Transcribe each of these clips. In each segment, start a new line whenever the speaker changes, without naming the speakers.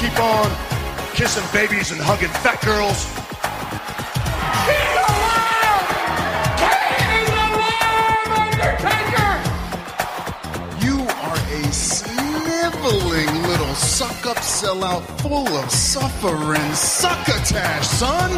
keep on kissing babies and hugging fat girls.
He's alive! Kane is alive, Undertaker!
You are a sniveling little suck up sellout full of suffering succotash, son!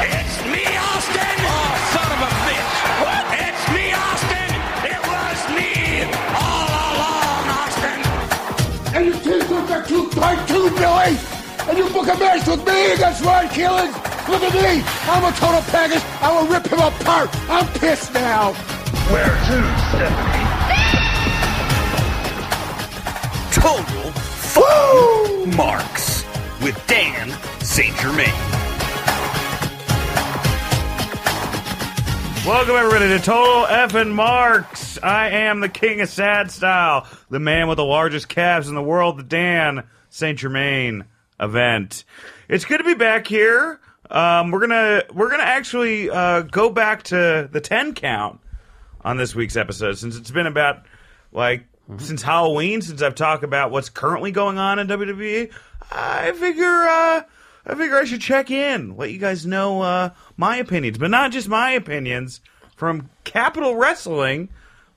It's me, Austin! Oh, son of a bitch! What? It's me, Austin! It was me all along, Austin!
And you t-shirts are too tight too, Billy! And you book a match with me against Ryan Keelan! Look at me! I'm a total package! I will rip him apart! I'm pissed now!
Where to, Stephanie?
Total Foo Marks with Dan St. Germain.
Welcome everybody to Total Effin' Marks. I am the king of sad style, the man with the largest calves in the world, the Dan Saint Germain event. It's good to be back here. Um, we're gonna we're gonna actually uh, go back to the ten count on this week's episode since it's been about like since Halloween since I've talked about what's currently going on in WWE. I figure uh, I figure I should check in, let you guys know uh, my opinions, but not just my opinions from Capital Wrestling.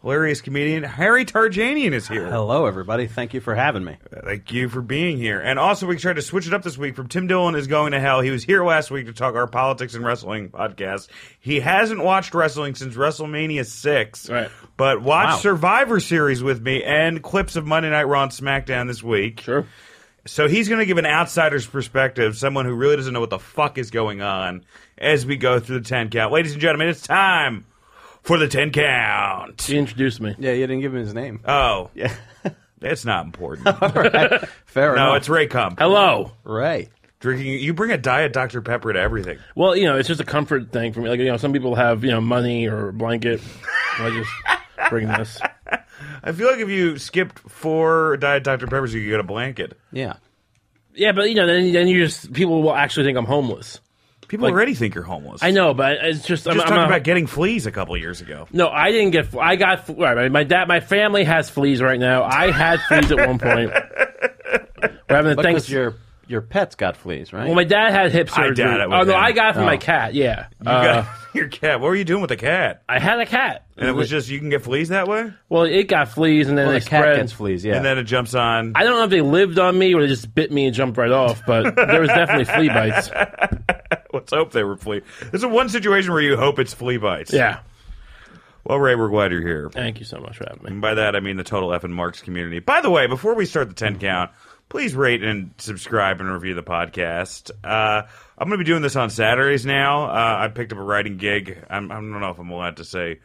Hilarious comedian Harry Tarjanian is here.
Hello, everybody. Thank you for having me.
Thank you for being here. And also, we tried to switch it up this week from Tim Dillon is going to hell. He was here last week to talk our politics and wrestling podcast. He hasn't watched wrestling since WrestleMania 6,
Right.
but watched
Wow.
Survivor Series with me and clips of Monday Night Raw and SmackDown this week.
Sure.
So he's going to give an outsider's perspective, someone who really doesn't know what the fuck is going on as we go through the 10 count. Ladies and gentlemen, it's time for the 10 count.
He introduced me.
Yeah, you didn't give him his name.
Oh. Yeah. It's not important.
Fair
no,
enough.
it's Ray Kump.
Hello.
right.
Drinking, you bring a diet Dr. Pepper to everything.
Well, you know, it's just a comfort thing for me. Like, you know, some people have, you know, money or a blanket. I just bring this.
I feel like if you skipped four diet Dr. Peppers, you could get a blanket.
Yeah.
Yeah, but, you know, then, then you just, people will actually think I'm homeless.
People
Like-
already think you're homeless.
I know, but it's just, I'm,
Just
I'm
talking
not-
about getting fleas a couple years ago.
No, I didn't get. I got. all right, My dad, my family has fleas right now. I had fleas at one point. We're having a
Because
thanks.
your your pet's got fleas, right?
Well, my dad had hip surgery.
doubt it with
oh no,
him.
I got it from
Oh.
my cat. Yeah,
You
Uh,
got your cat. What were you doing with the cat?
I had a cat.
And it was just, you can get fleas that way?
well, it got fleas, and then
Well,
they
the cat
spread.
gets fleas. Yeah.
And then it jumps on.
I don't know if they lived on me or they just bit me and jumped right off, but there was definitely flea bites.
Let's hope they were flea. This is one situation where you hope it's flea bites.
Yeah.
Well, Ray, we're glad you're here.
Thank you so much for having me.
And by that, I mean the total F and Marks community. By the way, before we start the 10
Mm-hmm.
count, please rate and subscribe and review the podcast. Uh, I'm going to be doing this on Saturdays now. Uh, I picked up a writing gig. I'm, I don't know if I'm allowed to say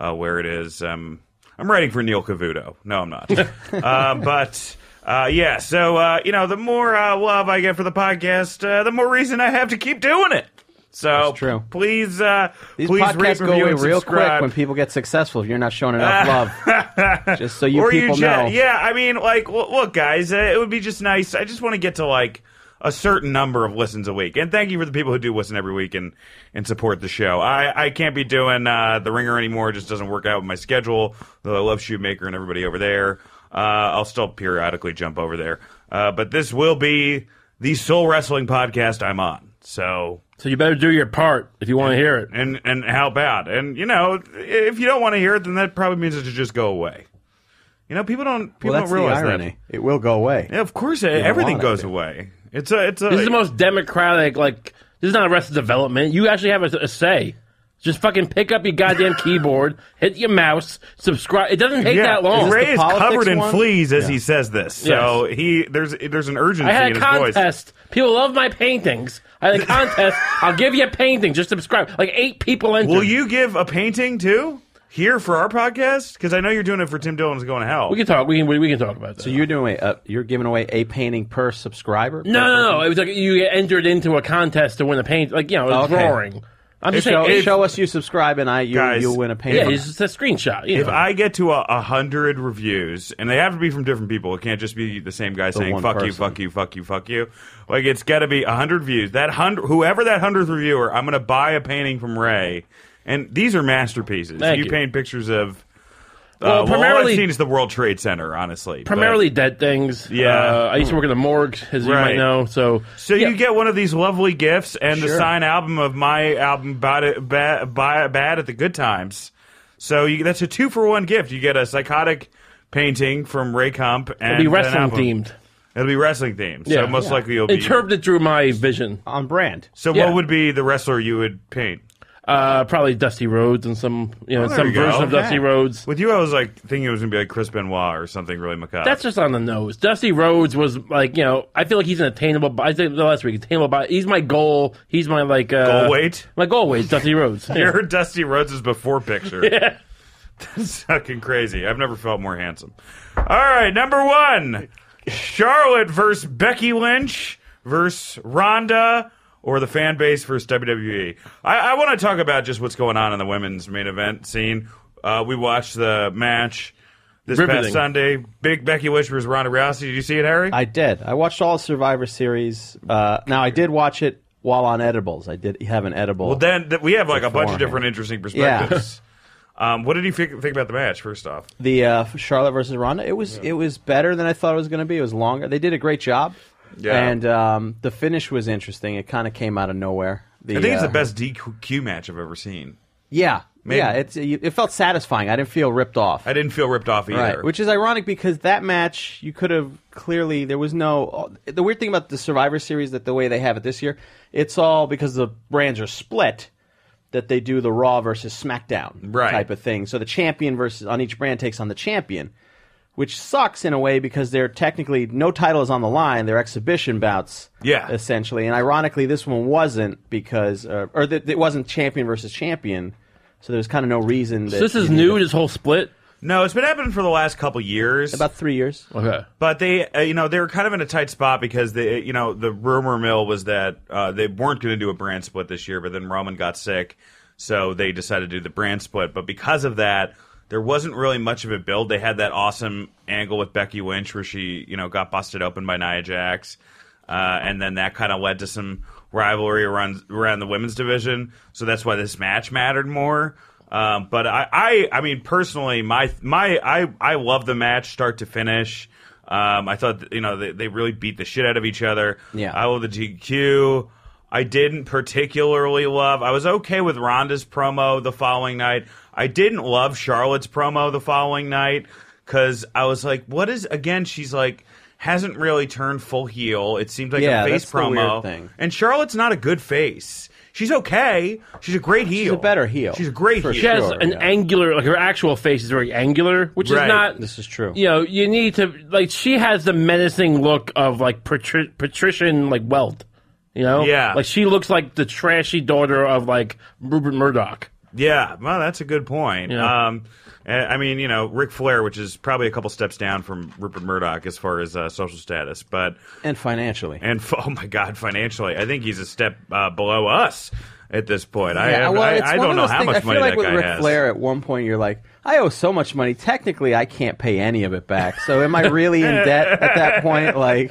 uh, where it is. Um, I'm writing for Neil Cavuto. No, I'm not. uh, but. Uh, yeah, so, uh, you know, the more uh, love I get for the podcast, uh, the more reason I have to keep doing it. So,
That's true.
please, uh,
These
please rate,
podcasts go
review,
away
and
real quick
subscribe.
when people get successful if you're not showing enough love. just so you
or
people
you ju-
know.
yeah i mean like l- look guys uh, it would be just nice i just want to get to like a certain number of listens a week and thank you for the people who do listen every week and and support the show i i can't be doing uh the ringer anymore it just doesn't work out with my schedule though i love shoemaker and everybody over there uh i'll still periodically jump over there uh but this will be the soul wrestling podcast i'm on so
So you better do your part if you want to hear it.
and and how bad? And you know, if you don't want to hear it, then that probably means it should just go away. You know, people don't people
Well, that's
don't
the
realize
irony. It will go away.
that. Yeah, of course, everything
want it
goes
to.
away. It's a it's a.
This is the most democratic, like, this is not Arrested Development. You actually have a, a say. Just fucking pick up your goddamn keyboard, hit your mouse, subscribe. It doesn't take
yeah,
that long.
Ray is
politics
covered in
one?
fleas as he says this. So he there's there's an urgency
I had
in
a
his voice.
contest. People love my paintings. I had a contest. I'll give you a painting. Just subscribe. Like eight people entered.
Will you give a painting too here for our podcast? Because I know you're doing it for Tim Dillon's Going to Hell.
We can talk. We can, we, we can talk about that.
So you're doing uh, you're giving away a painting per subscriber.
No, no, no. It was like you entered into a contest to win a paint, like you know, a
Oh,
Okay.
drawing. I'm just
Show,
saying, if-
show us you subscribe and I you
Guys,
you'll win a
yeah,
painting.
it's just a screenshot. You
If
know.
I get to a, a hundred reviews, and they have to be from different people, it can't just be the same guy saying
one
"fuck you,
person.
fuck you, fuck you, fuck you." Like it's got to be a hundred views. That hundred, whoever that hundredth reviewer, I'm gonna buy a painting from Ray. And these are masterpieces.
Thank
you,
you.
paint pictures of
Well,
uh, all I've
primarily-
seen is the World Trade Center, honestly. but-
Primarily dead things.
Yeah.
Uh, I used to work in the morgue, as you
Right.
might know. So,
So you get one of these lovely gifts and the
Sure.
signed album of my album Bad at, Bad, Bad, Bad at the Good Times. So you, that's a two for one gift. You get a psychotic painting from Ray Kump and
it'll be
an
wrestling
album.
themed.
It'll be wrestling themed. So most likely you'll be.
interpreted through my vision.
on brand.
so
yeah.
what would be the wrestler you would paint?
Uh, probably Dusty Rhodes and some, you know,
Oh, there
some
you go.
version of Dusty
Yeah.
Rhodes.
With you, I was like thinking it was gonna be like Chris Benoit or something really macabre.
That's just on the nose. Dusty Rhodes was like, you know, I feel like he's an attainable. I said the last week, attainable. By, he's my goal. He's my like uh,
Goal weight?
My goal weight, is Dusty Rhodes. Yeah.
your Dusty Rhodes' before picture. Yeah. That's fucking crazy. I've never felt more handsome. All right, number one Charlotte versus Becky Lynch versus Ronda or the fan base versus WWE. I, I want to talk about just what's going on in the women's main event scene. Uh, we watched the match this past
Riveting.
Sunday. Big Becky Lynch versus Ronda Rousey. Did you see it, Harry?
I did. I watched all Survivor Series. Uh, now I did watch it while on edibles. I did have an edible.
well, then th- we have like a bunch of
Beforehand.
different interesting
Yeah.
perspectives. um, what did you think, think about the match, first off?
the uh, Charlotte versus Ronda. It was it was better than I thought it was going to be. It was longer. They did a great job.
Yeah.
And um, the finish was interesting. It kind of came out of nowhere. The,
I think it's
uh,
the best DQ match I've ever seen.
Yeah.
Maybe.
Yeah. It's it felt satisfying. I didn't feel ripped off.
I didn't feel ripped off either.
Right, which is ironic because that match you could have clearly there was no. The weird thing about the Survivor Series that the way they have it this year, it's all because the brands are split that they do the Raw versus SmackDown
Right.
type of thing. So the champion versus on each brand takes on the champion, which sucks in a way because they're technically no title is on the line. They're exhibition bouts,
Yeah.
essentially. And ironically, this one wasn't because uh, or th- it wasn't champion versus champion. So there's kind of no reason. That
So this is
you need
new.
to-
This whole split.
no, it's been happening for the last couple years.
About three years.
Okay.
but they, uh, you know, they were kind of in a tight spot because they, you know, the rumor mill was that uh, they weren't going to do a brand split this year, but then Roman got sick, so they decided to do the brand split. But because of that, there wasn't really much of a build. They had that awesome angle with Becky Lynch where she, you know, got busted open by Nia Jax. uh, and then that kind of led to some rivalry around around the women's division. So that's why this match mattered more. Um, but I, I, I mean, personally, my my I I love the match start to finish. Um, I thought you know they, they really beat the shit out of each other.
Yeah.
I love the GQ. I didn't particularly love. I was okay with Ronda's promo the following night. I didn't love Charlotte's promo the following night because I was like, "What is?" Again, she's like, hasn't really turned full heel. It seems like
Yeah,
a face
that's the
promo.
weird thing.
And Charlotte's not a good face. She's okay. She's a great heel.
a better heel,
She's a great
for
heel.
She has
Sure,
an
yeah.
angular, like her actual face is very angular, which
Right.
is not.
This is true.
You know, you need to like. She has the menacing look of like patri- patrician, like wealth. You know,
Yeah.
Like she looks like the trashy daughter of like Rupert Murdoch.
Yeah, well, that's a good point.
Yeah.
Um, eh, I mean, you know, Ric Flair, which is probably a couple steps down from Rupert Murdoch as far as uh, social status, but
and financially.
and f- oh my god, financially, I think he's a step uh, below us at this point. I,
Yeah,
have,
well,
I,
it's
I
one
don't
of
know
those
how
things-
much
I feel
money
like
that
with
guy
Ric
has.
Flair, at one point, you're like, I owe so much money. Technically, I can't pay any of it back. So, am I really in debt at that point? Like,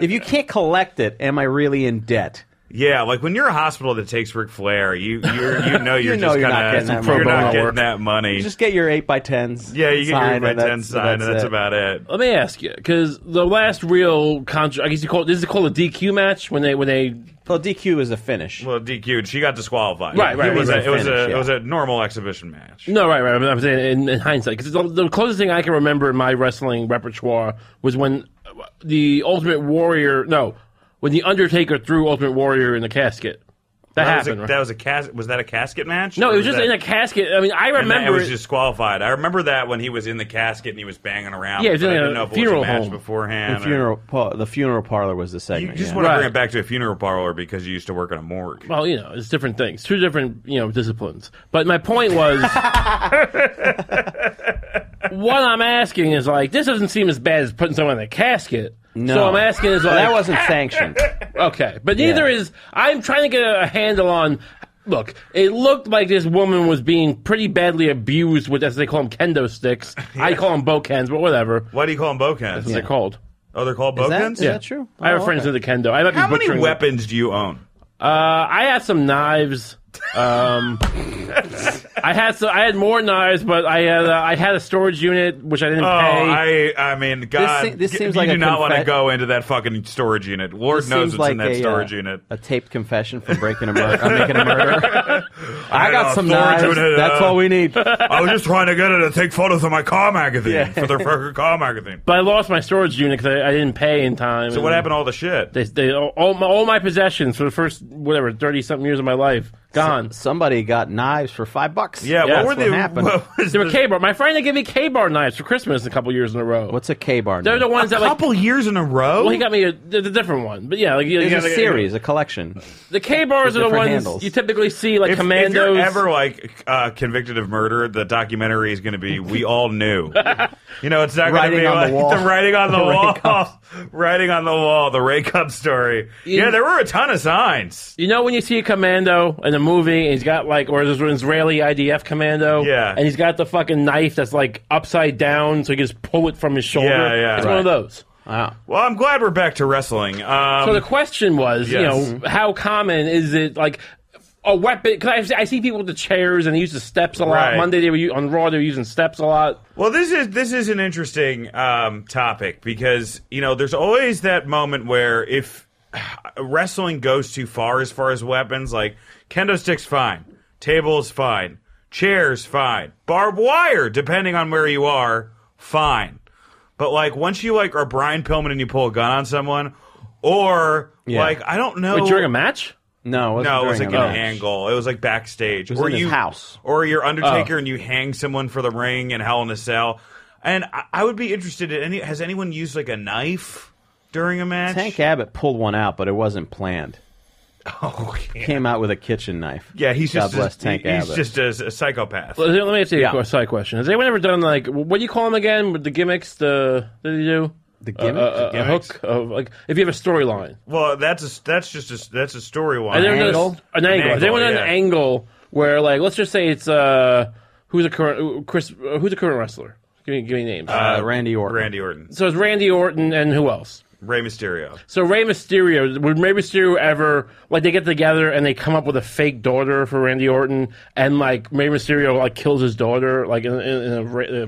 if you can't collect it, am I really in debt?
Yeah, like when you're a hospital that takes Ric Flair, you you're, you know you're
You know
just
you're not
gonna
getting that
you're not
money.
Pro bono
getting
work.
that money.
You just get your eight by tens.
yeah, you get your
signed,
by
and
ten
that's-
sign, and that's
it.
about it.
Let me ask you, because the last real contract, I guess you call it, this is called a DQ match when they when they
Well, DQ is a finish.
Well, DQ'd. She got disqualified.
Right, right.
It was a, it was
Finish,
a
yeah.
it was a normal exhibition match.
No, right, right. I'm, I'm saying in, in hindsight, because the, the closest thing I can remember in my wrestling repertoire was when the Ultimate Warrior, no, when the Undertaker threw Ultimate Warrior in the casket.
that
That,
was
happened.
a,
right?
that was a cas- Was that a casket match?
no,
Or
it was just
that-
in a casket. I mean, I
and that-
remember
It was
it-
disqualified. I remember that when he was in the casket and he was banging around.
Yeah, it was
but
in
I
a
didn't know if it
funeral
was a match
home.
beforehand.
the,
or-
funeral par- the funeral parlor was the
You
segment.
just
yeah.
want to bring
Right.
it back to a funeral parlor because you used to work in a morgue.
Well, you know, it's different things, two different you know disciplines. But my point was, what I'm asking is like this doesn't seem as bad as putting someone in a casket.
no.
So I'm asking is like
that wasn't sanctioned.
Okay, but neither
Yeah.
is. I'm trying to get a handle on. Look, it looked like this woman was being pretty badly abused with, as they call them, kendo sticks. I call them bokens, but whatever. That's
Why do you call them bokens?
what they're called.
Oh, they're called
Is that,
bokens.
is that true?
I have
Oh,
friends
okay.
in the kendo. I might be
How many
butchering it.
weapons do you own?
Uh, I have some knives. I had so I had more knives, but I had uh, I had a storage unit which I didn't
Oh,
pay.
I I mean, God,
se- this
g-
seems
you
like
do
a
not want to
confet-
go into that fucking storage unit. Lord
This
knows
seems
it's
like
in that
a,
storage
uh,
unit.
A taped confession for breaking a murder. I'm making a murder. I
know,
got some
storage
knives.
unit,
That's
uh,
all we need.
I was just trying to get it to take photos of my car magazine
Yeah.
for the fucking car magazine.
but I lost my storage unit because I, I didn't pay in time.
So what happened to all the shit?
They, they all, all my all my possessions for the first whatever thirty something years of my life gone.
Somebody got knives for five bucks.
Yeah,
Yeah,
what were
that's
the
what happened.
What was
They were
the-
K bar. My friend they gave me K bar knives for Christmas a couple years in a row.
What's a K bar?
They're the
knife?
ones that like.
couple years in a row?
Well, he got me a, the the different one, but yeah, like you- you
There's
got,
a
like,
series, a collection.
The K bars are the
different
ones
handles.
you typically see, like
if, if
commandos.
you're ever like uh, convicted of murder, the documentary is going to be "We All Knew." you know, it's not going to
Writing
be
on
like
the wall.
writing on the,
The Ray
wall,
Cup.
writing on the wall, the Ray Cup story. yeah, there were a ton of signs.
You know when you see a commando in a movie, and he's got like, or there's an Israeli IDF commando,
Yeah.
and he's got the fucking knife that's like upside down, so he can just pull it from his shoulder.
Yeah, yeah.
It's one of
Right.
those.
Wow.
Well, I'm glad we're back to wrestling. Um,
So the question was,
yes.
you know, how common is it? Like a weapon? Because I, I see people with the chairs and they use the steps a lot.
Right.
Monday they were u- on Raw, they were using steps a lot.
Well, this is this is an interesting um, topic because you know there's always that moment where if wrestling goes too far as far as weapons, like kendo sticks, fine, tables, fine, chairs, fine, barbed wire, depending on where you are, fine. But like once you like are Brian Pillman and you pull a gun on someone, or
Yeah.
like I don't know,
Wait, during a match?
No, it wasn't
no, it was like
during
an
a match.
angle. It was like backstage.
was
or
in his
you,
house.
Or you're
Oh.
Undertaker and you hang someone for the ring and Hell in a Cell. And I, I would be interested in any. Has anyone used like a knife during a match?
Tank Abbott pulled one out, but it wasn't planned.
Oh, yeah.
Came out with a kitchen knife.
Yeah, he's
God
just
bless
a,
Tank
he- he's
Abbott.
just a, a psychopath.
Let me- let me ask you
Yeah.
a qu- side question. Has anyone ever done like what do you call them again with the gimmicks? The what do you do? Uh,
The
A- a-
gimmick?
a- a
gimmicks?
hook of like if you have a storyline.
Well, that's a, that's just a, that's a
Has anyone
storyline.
done a-
angle?
An angle.
angle,
Has anyone done an
yeah.
angle where like let's just say it's uh who's a current who- Chris uh, who's a current wrestler? Give me give me names.
uh, Randy Orton.
Randy Orton,
so it's Randy Orton and who else?
Rey Mysterio.
So Rey Mysterio would Rey Mysterio ever like they get together and they come up with a fake daughter for Randy Orton and like Rey Mysterio like kills his daughter like in, in, in a, ra- uh,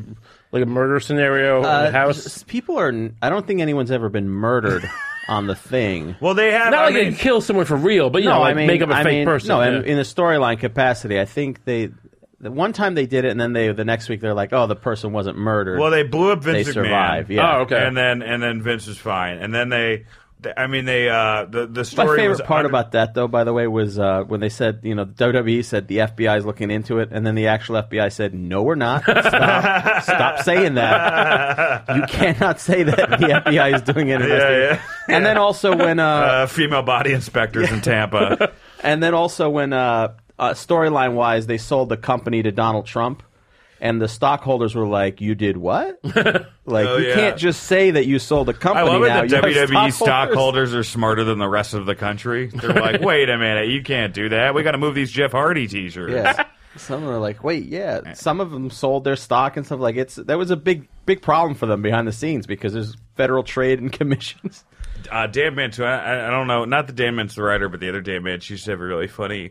like a murder scenario in
Uh,
the house.
s- people are. n- I don't think anyone's ever been murdered on the thing.
Well, they have.
Not
I
like
mean,
they kill someone for real, but you know, like make up a
I
fake
mean,
person.
No, in-
yeah.
in a storyline capacity, I think they. The one time they did it, and then they the next week they're like, "Oh, the person wasn't murdered."
Well, they blew up
They
Vince McMahon.
survive. Yeah.
Oh, okay.
And then and then Vince was fine. And then they, they- I mean, they uh, the the
My
story. was
favorite part
under-
about that, though, by the way, was uh, when they said, you know, the WWE said the FBI is looking into it, and then the actual FBI said, "No, we're not. Stop, Stop saying that. You cannot say that the FBI is doing an investigation." And then also when uh,
uh, female body inspectors in Tampa.
And then also when uh, uh, storyline wise, they sold the company to Donald Trump, and the stockholders were like, "You did what? like
Oh,
you
yeah.
can't just say that you sold the
I
company."
love
now.
it that E
You have
WWE
stockholders.
stockholders are smarter than the rest of the country. They're like, wait a minute, you can't do that. We got to move these Jeff Hardy T-shirts.
Yes. Some are like, wait, yeah. Some of them sold their stock and stuff like it's. That was a big, big problem for them behind the scenes because there's federal trade and commissions.
Uh, Dan Mintz, who I, I don't know, not the Dan Mintz, the writer, but the other Dan Mintz used to have a really funny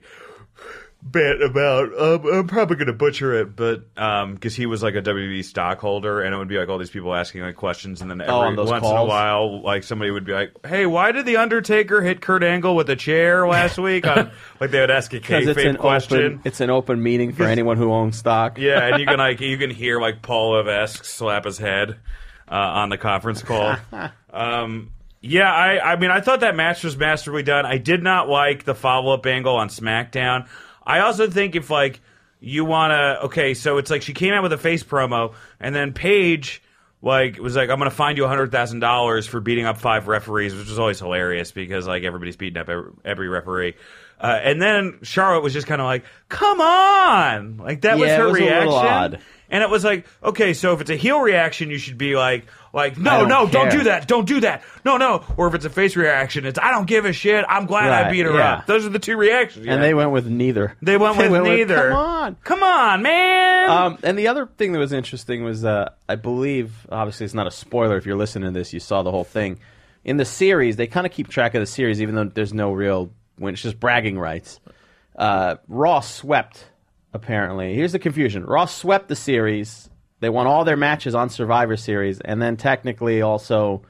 bit about, um, I'm probably going to butcher it, but because he was like a WWE stockholder, and it would be like all these people asking like questions, and then every
Oh, on
once
those
in a
calls?
while, like somebody would be like, hey, why did The Undertaker hit Kurt Angle with a chair last week? On, like they would ask a
Because it's an
kayfabe question.
open, it's an open meeting for anyone who owns stock.
Yeah, and you can like you can hear like Paul Levesque slap his head uh, on the conference call. um, yeah, I I mean I thought that match was masterfully done. I did not like the follow up angle on SmackDown. I also think if like you wanna okay, so it's like she came out with a face promo and then Paige like was like I'm gonna find you hundred thousand dollars for beating up five referees, which was always hilarious because like everybody's beating up every, every referee. Uh, and then Charlotte was just kind of like, "Come on!" Like that was
Yeah, it
her
was a little
reaction.
odd.
And it was like, okay, so if it's a heel reaction, you should be like, like, no,
don't
no, don't
care.
do that, don't do that, no, no. Or if it's a face reaction, it's I don't give a shit. I'm glad I
Right,
beat her
yeah.
up. Those are the two reactions.
And they went with neither.
they went with neither.
Come on.
come on, man.
Um, and the other thing that was interesting was uh, I believe, obviously, it's not a spoiler. If you're listening to this, you saw the whole thing. In the series, they kind of keep track of the series, even though there's no real when it's just bragging rights. Uh, Raw swept, apparently. Here's the confusion Raw swept the series. They won all their matches on Survivor Series, and then technically also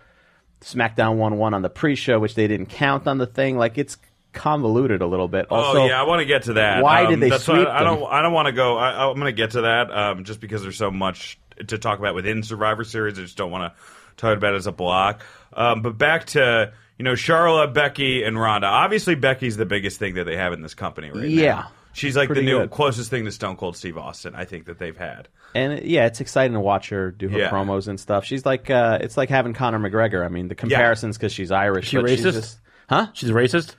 SmackDown won one on the pre show, which they didn't count on the thing. Like, it's convoluted a little bit. Also,
oh yeah, I want to get to that. Um,
why did they
that's why
sweep
I, I don't.
them?
I don't want to go. I, I'm going to get to that um, just because there's so much to talk about within Survivor Series. I just don't want to talk about it as a block. Um, but back to you know Charlotte, Becky, and Ronda. Obviously, Becky's the biggest thing that they have in this company right now.
Yeah.
she's like the
Pretty
new
good.
closest thing to Stone Cold Steve Austin. I think that they've had.
and it- yeah, it's exciting to watch her do her
Yeah.
promos and stuff. She's like, uh, it's like having Conor McGregor. I mean, the comparisons because she's Irish.
She
but she's
racist?
just- huh?
She's racist.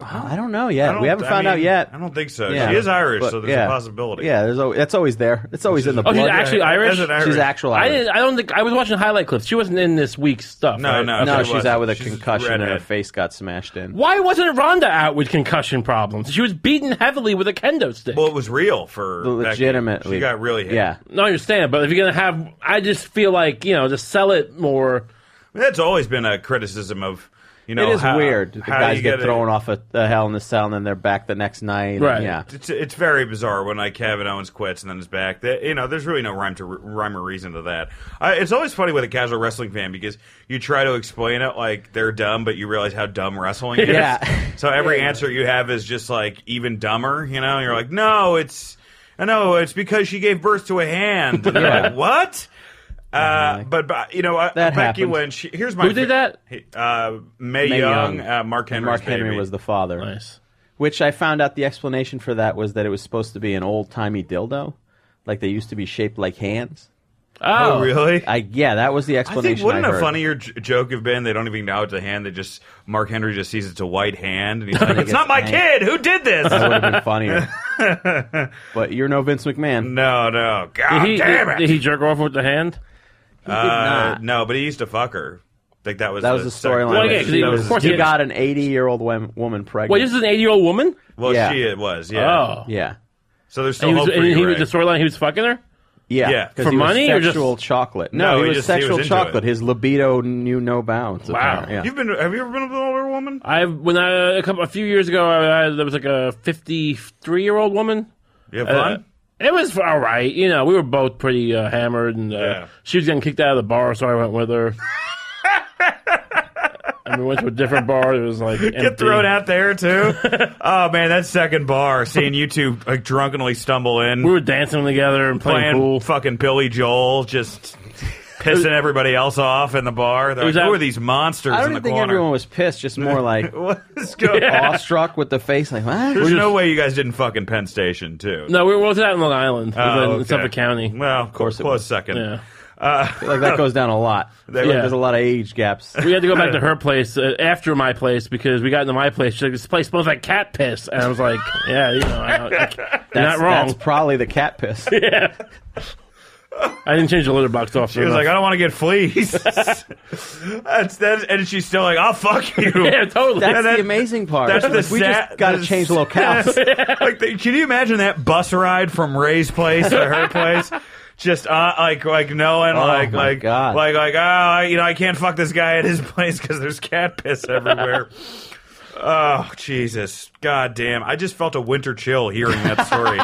I don't know yet.
I don't-
we haven't
I
found out
mean,
yet.
I don't think so.
Yeah.
She is Irish,
But,
so there's
yeah.
a possibility.
Yeah, there's always, that's always there. It's always in the
Oh, she's
blood.
actually
Yeah,
Irish?
as an Irish.
She's actual
I
Irish.
didn't. I don't think I was watching highlight clips. She wasn't in this week's stuff.
No,
right?
no.
Okay.
no,
She
she's
wasn't.
out with a
She's
concussion and her
redhead.
face got smashed in.
Why wasn't Ronda out with concussion problems? She was beaten heavily with a kendo stick.
Well, it was real for Becky.
Legitimately,
She got really hit.
Yeah,
no, I understand, but if you're gonna have, I just feel like you know, just sell it more.
I mean, that's always been a criticism of you know
it is
how,
weird. The
how
guys
you
get
it.
thrown off a, a hell in the cell and then they're back the next night.
Right.
Yeah.
It's, it's very bizarre when like Kevin Owens quits and then is back. That you know, there's really no rhyme to rhyme or reason to that. I, it's always funny with a casual wrestling fan because you try to explain it like they're dumb, but you realize how dumb wrestling is.
Yeah.
So every answer you have is just like even dumber. You know, you're like, no, it's no, it's because she gave birth to a hand. And they're
Yeah.
like, what? Uh, but, but you know, uh,
That
Becky
happens.
when she here's my
Who did that?
Uh, May,
Mae
Young,
Young.
Uh, Mark Henry.
Mark Henry was the father.
Nice.
Which I found out the explanation for that was that it was supposed to be an old timey dildo, like they used to be shaped like hands.
Oh, really?
I yeah, that was the
I
explanation.
think wouldn't a
heard.
funnier j- joke have been they don't even acknowledge the hand. They just Mark Henry just sees it's a white hand and he's like, "It's not my
angry.
kid. Who did this?"
That would have been funnier. but you're no Vince McMahon.
no, no,
Did
god
he,
damn
did-
it.
did he jerk off with the hand?
He did
uh,
not.
no, but he used to fuck her. Like that was
That was the
sec-
storyline.
Well, yeah, 'cause he-
that was-
of course
you
he-
got an 80 year old woman pregnant.
Wait, this is an 80 year old woman.
well,
yeah.
she it was yeah.
Oh,
yeah,
So there's
And
still
he was,
hope for
and
you,
he was
Ray.
the storyline. He was fucking her.
yeah,
Yeah.
'cause
For
he was
money or just-
sexual chocolate. No,
No,
he,
he
was
just- he was
sexual
into
chocolate.
it.
His libido knew no bounds.
Wow.
apparently. Yeah.
You've been have you ever been with an older woman?
I when I a, couple, a few years ago, I, I, there was like a 53 year old woman.
You have
Uh,
fun?
it was all right. You know, we were both pretty uh, hammered, and uh,
Yeah.
she was getting kicked out of the bar, so I went with her. and we went to a different bar. It was like
Get thrown out there too. oh man, that second bar, seeing you two like drunkenly stumble in.
We were dancing together and playing,
playing
pool.
fucking Billy Joel, just pissing everybody else off in the bar. They're
was
like,
that-
who are these monsters
I don't
in the
even think
corner?
everyone was pissed. Just more like
what is going on?
awestruck with the face, like what?
There's
just-
no way you guys didn't fucking Penn Station too.
no, we were both out in Long Island,
Oh,
in
okay.
Suffolk County.
Well, of course,
course it
close
was.
second.
Yeah.
like that goes down a lot. Like,
Yeah.
There's a lot of age gaps.
We had to go back to her place uh, after my place because we got into my place. She's like, "This place smells like cat piss," and I was like, "Yeah, you know, I, I, you're not
That's-
wrong."
That's probably the cat piss.
I didn't change the litter box off.
She was like, I don't want to get fleas. that's, that's, and she's still like, I'll fuck you.
"Yeah, totally."
And
That's
"Oh." that-
the amazing part.
that's
Like,
the
we
sad-
just got to
the
change locales.
like, the, can you imagine that bus ride from Ray's place to her place? Just uh, like like knowing like
Oh my
like
God.
like like oh I- you know I can't fuck this guy at his place because there's cat piss everywhere. oh Jesus, God damn! I just felt a winter chill hearing that story.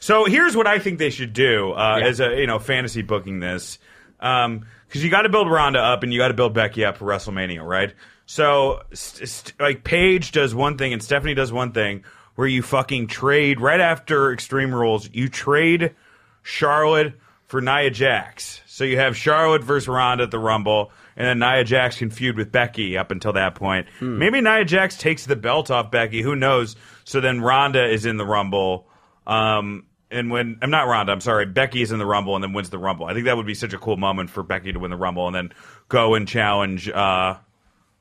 so here's what I think they should do uh, as a you know fantasy booking this because you got to build Ronda up and you got to build Becky up for WrestleMania, right? So st- st- like Paige does one thing and Stephanie does one thing where you fucking trade right after Extreme Rules, you trade Charlotte for Nia Jax. So you have Charlotte versus Ronda at the Rumble, and then Nia Jax can feud with Becky up until that point. Maybe Nia Jax takes the belt off Becky. Who knows? So then Ronda is in the Rumble. Um, and when I'm not Ronda, I'm sorry. Becky is in the Rumble and then wins the Rumble. I think that would be such a cool moment for Becky to win the Rumble and then go and challenge uh,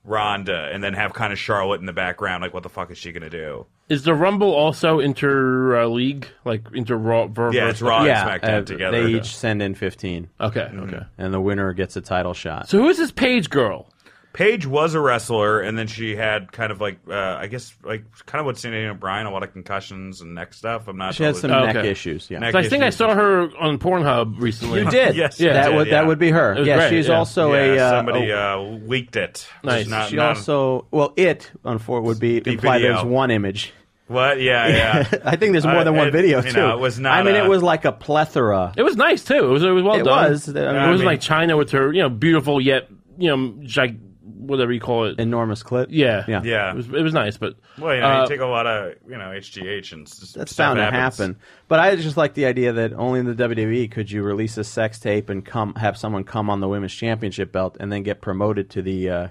Ronda, and then have kind of Charlotte in the background. Like, what the fuck is she gonna do?
Is the Rumble also inter uh, league, like inter Raw? ver-
Yeah,
versus-
it's Raw Mm-hmm.
yeah,
and SmackDown
uh,
together.
They each send in 15,
Okay, okay.
and the winner gets a title shot.
So who is this Page girl?
Paige was a wrestler, and then she had kind of like, uh, I guess, like kind of what Sandy O'Brien, a lot of concussions and neck stuff. I'm not.
She has some
totally-
Oh,
neck
okay.
issues. Yeah,
Neck
So I think I
issues.
saw her on Pornhub recently.
you did.
Yes,
Yeah.
that
I
would
did,
that
yeah.
would be her.
It was
yeah,
great,
she's
yeah.
also
Oh, yeah,
a uh,
somebody
a-
uh, leaked it.
Nice.
She's not-
she
not-
also well, it on would be imply
video.
there's one image.
What? Yeah, yeah.
I think there's more
I-
than one
it-
video
you
too.
know, it was not
I mean,
a-
it was like a plethora.
It was nice too. It was it was well
It
done.
was. I
it
mean-
wasn't like China with her, you know, beautiful yet you know, gig- whatever you call it.
Enormous clip.
yeah,
yeah.
Yeah.
It was it was nice, but
well, you know, you
uh,
take a lot of you know HGH and s-
That's
stuff
bound to
happens.
happen. But I just like the idea that only in the WWE could you release a sex tape and come have someone come on the women's championship belt and then get promoted to the uh,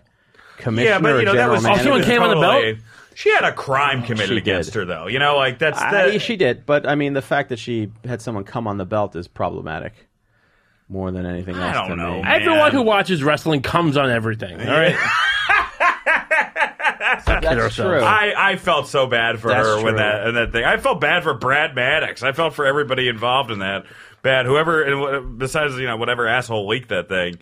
commissioner
Yeah, but you
or
know that
general
was
manager.
someone came on the
totally-
belt?
She had a crime committed
She
against
did.
her, though. You know, like that's
I-
that.
she did, but I mean, the fact that she had someone come on the belt is problematic more than anything
I
else.
don't
to
know,
me.
man.
everyone who watches wrestling comes on everything. All right,
That's true.
I, I felt so bad for
Oh. That's
her when
true.
that and that thing. I felt bad for Brad Maddox. I felt for everybody involved in that. Bad, whoever and wh- besides you know whatever asshole leaked that thing.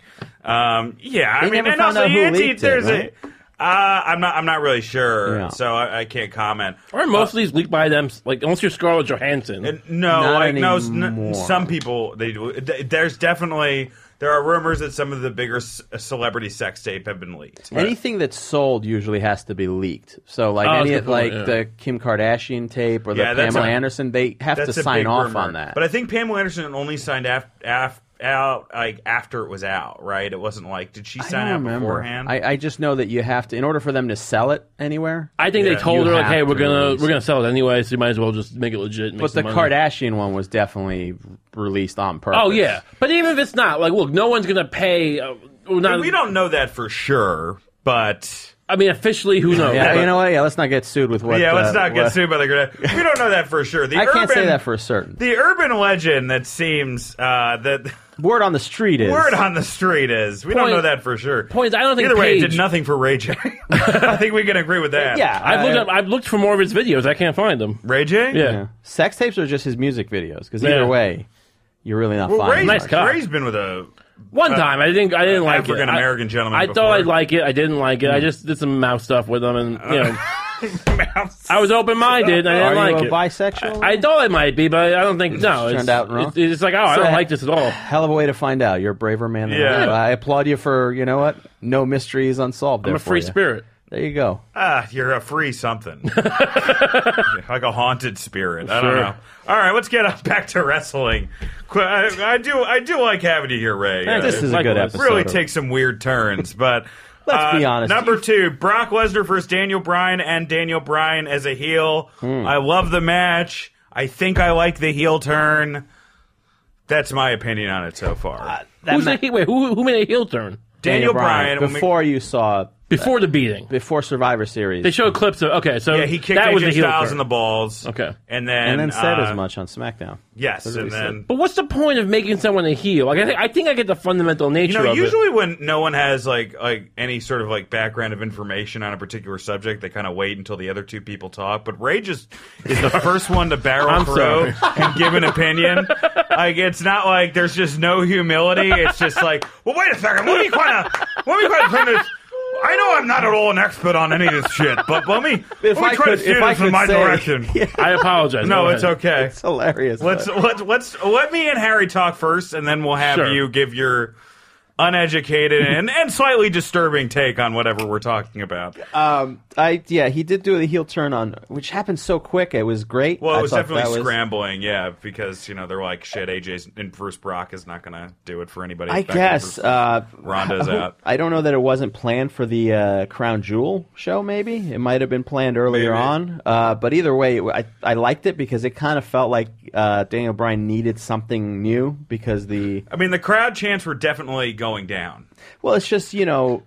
Um, yeah, I
They
mean,
never
and
found
also
out who
Yancy,
leaked it,
there's
right?
a. Uh, I'm not. I'm not really sure,
Yeah.
so I, I can't comment.
or most of these leaked by them. Like unless you're Scarlett Johansson,
And No,
Not
like no. s-
anymore.
N- some people they do. th- There's definitely there are rumors that some of the bigger c- celebrity sex tape have been leaked.
Anything that's sold usually has to be leaked. So, like
Oh, that's
any,
a good
like
point, yeah.
the Kim Kardashian tape or the
Yeah, that's
Pamela
a-
Anderson, they have to
That's a
sign
big
off
rumor.
on that.
But I think Pamela Anderson only signed af- af- out like after it was out, right? It wasn't like did she
I
sign out
don't remember.
beforehand?
I, I just know that you have to, in order for them to sell it anywhere.
I think
Yeah,
they told
you
her like,
have
"Hey, we're
to
gonna
release
we're
it.
gonna sell it anyway, so you might as well just make it legit." and Make
But the
some money.
Kardashian one was definitely released on purpose.
Oh yeah, but even if it's not, like, look, no one's gonna pay. Uh, well, not,
we don't know that for sure, but
I mean, officially, who knows?
Yeah,
But-
you know what? Yeah, let's not get sued with what.
yeah, let's
uh,
not get
what-
sued by the Grenade. We don't know that for sure. The
I
urban,
can't say that for certain.
the urban legend that seems uh, that
Word on the street is
word on the street is we don't
Point-
know that for sure.
point is, I don't think
either way it
Paige-
did nothing for Ray J. I think we can agree with that.
Yeah,
I've
I-
Uh,
looked up, I've looked for more of his videos. I can't find them.
Ray J.
Yeah.
yeah. Sex tapes are just his music videos because either
Yeah.
way, you're really not
Well, Ray's,
finding.
Nice
much.
guy.
Ray's been with a
One
Uh,
time, I didn't. I didn't like it.
African-American
I-
gentleman
I
before. Hmm.
thought I'd like it. I didn't like it. I just did some mouth stuff with them, and you know,
mouse.
I was open minded. I
Are
didn't
you
like
a
it.
bisexual?
I thought it might be, but I don't think no. It's,
turned out wrong.
It's, it's like, oh, I
So-
don't like this at all.
Hell of a way to find out. You're a braver man than I
Yeah.
am. I applaud you for you know what? No mysteries unsolved.
I'm
there
a
for
free
you.
spirit.
There you go.
Ah, you're a free something. like a haunted spirit. I don't
Sure.
know. All right, let's get back to wrestling. Qu- I, I do I do like having you here, Ray. Uh,
this is a good
likewise.
episode.
it really
of-
takes some weird turns, but uh,
Let's be honest.
Number two, Brock Lesnar versus Daniel Bryan and Daniel Bryan as a heel.
Hmm.
I love the match. I think I like the heel turn. That's my opinion on it so far.
That
Who's
ma-
the he- wait, who, who made a heel turn
Daniel, Bryan, when we-
Before you saw
before the beating?
before Survivor Series,
They showed clips of okay, so
yeah, he kicked
that was the
AJ
heel
Styles
turn.
in the balls.
Okay.
and then
and then said
uh,
as much on SmackDown.
Yes,
That's what
and
he
then
But what's the point of making someone a heel? Like I, think I think I get the fundamental nature
You know,
of
usually when no one has like like any sort of like background of information on a particular subject, they kind of wait until the other two people talk. But Ray just is the first one to barrel
I'm
through and give an opinion. like it's not like there's just no humility. It's just like, well, wait a second, let me kind of let me kind of turn this. I know I'm not at all an expert on any of this shit, but let me
If
let me
I
try
could-
to steer
if I
this in
could
my
say-
direction.
it. I apologize.
No,
Go
it's
ahead.
okay.
It's hilarious.
Let's
but-
let's let's let me and Harry talk first, and then we'll have
Sure.
you give your uneducated and, and slightly disturbing take on whatever we're talking about.
Um, I yeah, he did do the heel turn on, which happened so quick. It was great.
well,
I
it was
thought that
definitely scrambling, yeah, because you know they're like shit. AJ's and Bruce Brock is not going to do it for anybody.
I
Back when
guess.
Bruce-
Uh,
Ronda's out.
I don't know that it wasn't planned for the uh, Crown Jewel show. Maybe it might have been planned earlier
Maybe.
on. Uh, but either way, I, I liked it because it kind of felt like uh, Daniel Bryan needed something new because the
I mean, the crowd chants were definitely going down.
Well, it's just you know,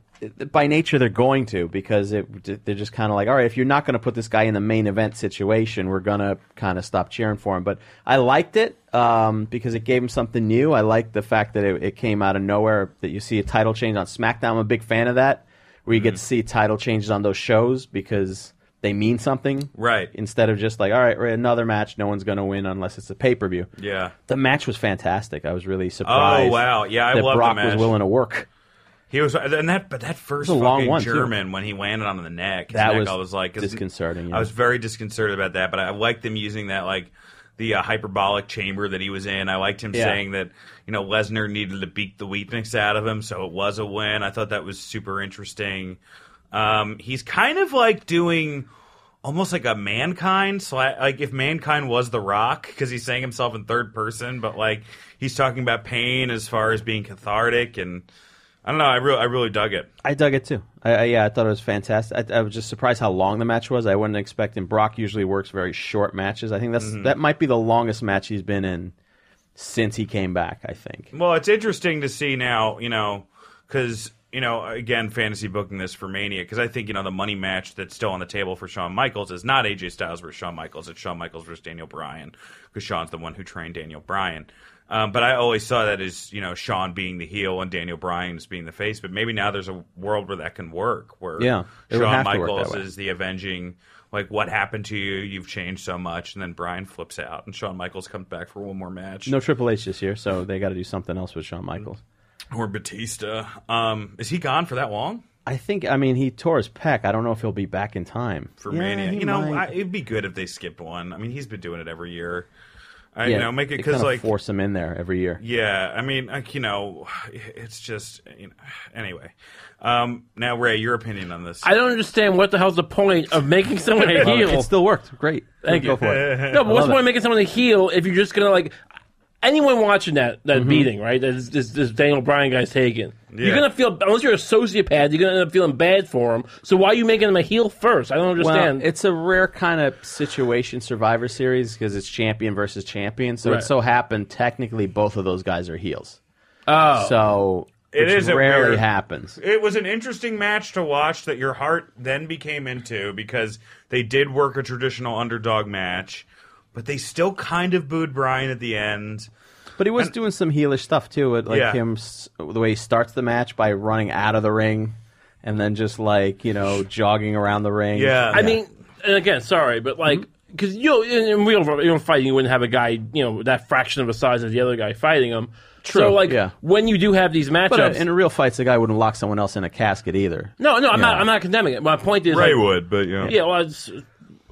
by nature they're going to because it, they're just kind of like, all right, if you're not going to put this guy in the main event situation, we're gonna kind of stop cheering for him. But I liked it um, because it gave him something new. I liked the fact that it, it came out of nowhere. That you see a title change on SmackDown. I'm a big fan of that, where you get
Mm-hmm.
to see title changes on those shows because. They mean something,
Right.
Instead of just like, all right, right, another match, no one's going to win unless it's a pay per view.
Yeah.
The match was fantastic. I was really surprised.
Oh wow, yeah, I
that
love
Brock
the
was
match.
willing to work.
He was, and that, but that first
It was a long
fucking
one, too.
German when he landed on the neck, his
That
neck,
was
I was like his-
disconcerting,
I
yeah.
was very disconcerted about that, but I liked them using that like the uh, hyperbolic chamber that he was in. I liked him
Yeah.
saying that you know Lesnar needed to beat the weakness out of him, so it was a win. I thought that was super interesting. Um, he's kind of like doing almost like a mankind. So I, like if mankind was the Rock because he's saying himself in third person, but like he's talking about pain as far as being cathartic and. I don't know. I really, I really dug it.
I dug it too. I, I yeah, I thought it was fantastic. I, I was just surprised how long the match was. I wasn't expecting. Brock usually works very short matches. I think that's
Mm-hmm.
that might be the longest match he's been in since he came back. I think.
Well, it's interesting to see now, you know, because you know, again, fantasy booking this for Mania because I think you know the money match that's still on the table for Shawn Michaels is not AJ Styles versus Shawn Michaels; it's Shawn Michaels versus Daniel Bryan because Shawn's the one who trained Daniel Bryan. Um, but I always saw that as you know Shawn being the heel and Daniel Bryan as being the face. But maybe now there's a world where that can work, where
Yeah, it would
Shawn
have to work
Michaels
that way.
is the avenging. Like what happened to you? You've changed so much, and then Bryan flips out, and Shawn Michaels comes back for one more match.
No Triple H this year, so they got to do something else with Shawn Michaels.
Mm-hmm. or Batista. Um, is he gone for that long?
I think. I mean, he tore his pec. I don't know if he'll be back in time
For
Yeah,
Mania,
he
you know, I,
might.
it'd be good if they skipped one. I mean, he's been doing it every year. I,
yeah,
you know, make it
they
because
kinda
like,
force him in there every year.
yeah. I mean, like you know, it's just you know, anyway. Um, now, Ray, your opinion on this?
I don't understand what the hell's the point of making someone a
Love it.
heel.
It still worked. Great.
Thank
Go
you.
for it.
No, but what's
love
the point
it.
of making someone a heel if you're just gonna like anyone watching that that
Mm-hmm.
beating, right? That is- this, this Daniel Bryan guy's taking.
Yeah.
You're gonna feel unless you're a sociopath, you're gonna end up feeling bad for him. So why are you making him a heel first? I don't understand.
Well, it's a rare kind of situation Survivor Series because it's champion versus champion. So
Right.
it so happened technically both of those guys are heels.
Oh.
so
It
which
is a
rarely
weird-
happens.
it was an interesting match to watch that your heart then became into because they did work a traditional underdog match, but they still kind of booed Brian at the end.
But he was doing some heelish stuff too, with, like
Yeah.
him s- the way he starts the match by running out of the ring and then just like you know jogging around the ring.
Yeah.
I mean, and again, sorry, but like,
Mm-hmm.
because you know, in, in real you know, fighting, you wouldn't have a guy, you know, that fraction of the size of the other guy fighting him.
True,
So like,
yeah.
when you do have these
But uh,
matchups,
in real fights, the guy wouldn't lock someone else in a casket either.
no, no, I'm not,
Yeah.
I'm not condemning it. My point is, like,
would, but yeah,
yeah, well, it's,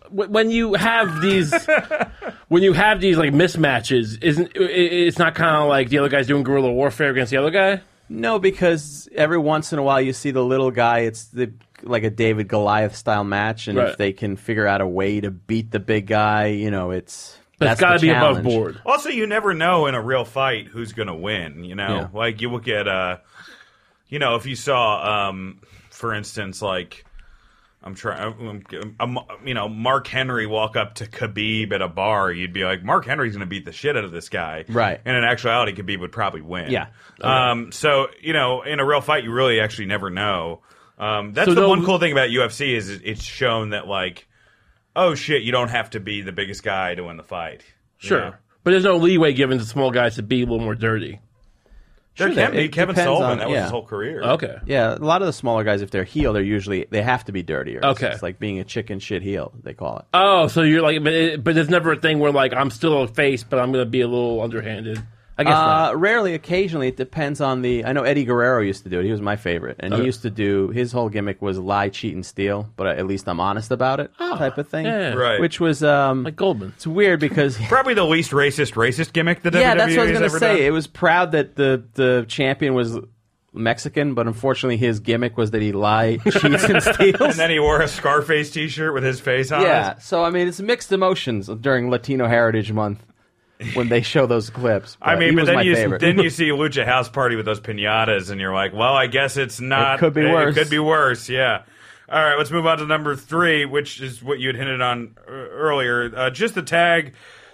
wh- when you have these, when you have these like mismatches, isn't i- i- it's not kind of like the other guy's doing guerrilla warfare against the other guy?
No, because every once in a while you see the little guy. It's the like a David Goliath style match, and
Right.
if they can figure out a way to beat the big guy, you know, it's
But
that's
it's got to
the
be above
challenge.
board.
Also, you never know in a real fight who's going to win. You know,
Yeah.
like you look at, uh, you know, if you saw, um, for instance, like I'm trying, I'm, I'm, you know, Mark Henry walk up to Khabib at a bar, you'd be like, Mark Henry's going to beat the shit out of this guy,
Right.
And in actuality, Khabib would probably win.
Yeah.
Um. So you know, in a real fight, you really actually never know. Um. That's
So
the
no-
one cool thing about UFC is it- it's shown that like. Oh shit! You don't have to be the biggest guy to win the fight. you
Sure,
know?
but there's no leeway given to small guys to be a little more dirty.
There
Sure,
can
that-
be
it
Kevin
depends
Sullivan.
on-
that was
yeah.
his whole career.
Okay.
Yeah, a lot of the smaller guys, if they're heel, they're usually they have to be dirtier. It's-
Okay.
it's like being a chicken shit heel. They call it.
Oh, so you're like, but, it, but there's never a thing where like I'm still a face, but I'm gonna be a little underhanded. I guess
Uh,
not.
rarely, occasionally, it depends on the. I know Eddie Guerrero used to do it. He was my favorite, and
Okay.
he used to do his whole gimmick was lie, cheat, and steal. But at least I'm honest about it, type of thing.
Ah, yeah.
Right.
Which was um,
Like Goldman.
It's weird because
Probably the least racist racist gimmick that
yeah,
WWE
that's what I was
has
gonna
ever
say. It
done.
was proud that the the champion was Mexican, but unfortunately his gimmick was that he lie, cheats, and steals.
And then he wore a Scarface T-shirt with his face on.
yeah,
it.
so I mean it's mixed emotions during Latino Heritage Month when they show those clips.
I mean,
he
but
was
then
my
you
favorite.
then you see Lucha House Party with those pinatas, and you're like, well, I guess it's not.
It could be worse.
It could be worse. Yeah. All right, let's move on to number three, which is what you had hinted on uh, earlier. Uh, just the tag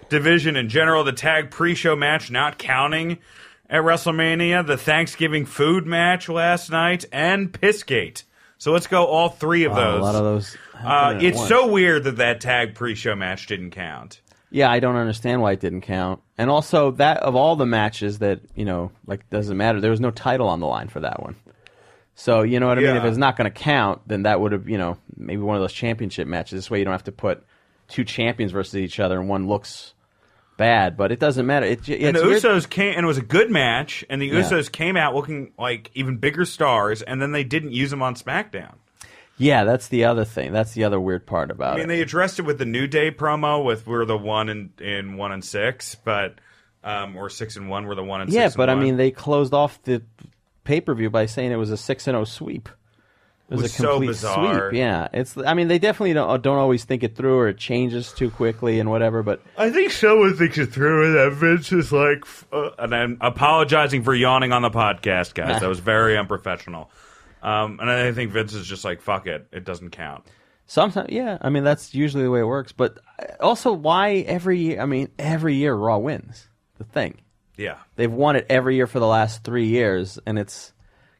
division in general, the tag pre-show match not counting at WrestleMania, the Thanksgiving food match last night, and Pissgate. So let's go all three of
Wow,
those.
a lot of those.
Uh,
happened at
it's
once.
so weird that that tag pre-show match didn't count.
Yeah, I don't understand why it didn't count. And also that of all the matches that you know, like doesn't matter. There was no title on the line for that one. So you know what I mean.
Yeah.
If it's not going to count, then that would have you know maybe one of those championship matches. This way you don't have to put two champions versus each other, and one looks bad. But it doesn't matter. It, j-
And
it's
the
weird.
Usos came, and it was a good match. And the
Yeah.
Usos came out looking like even bigger stars, and then they didn't use them on SmackDown.
Yeah, that's the other thing. That's the other weird part about
I mean,
it.
they addressed it with the New Day promo with "We're the one and in one and six, but um, or six and one, we're the one and
yeah,
six. and
but I
one.
mean they closed off the pay per view by saying it was a six and zero oh sweep. was,
was
a
so
complete
bizarre.
sweep. Yeah, it's. I mean, they definitely don't don't always think it through, or it changes too quickly and whatever. But
I think someone thinks it through, and that Vince is like, f- uh, and I'm apologizing for yawning on the podcast, guys. that was very unprofessional. Um, and I think Vince is just like, fuck it, it doesn't count.
sometimes, yeah, I mean, that's usually the way it works. But uh, also, why every year? I mean, every year Raw wins. The thing
Yeah,
they've won it every year for the last three years, and it's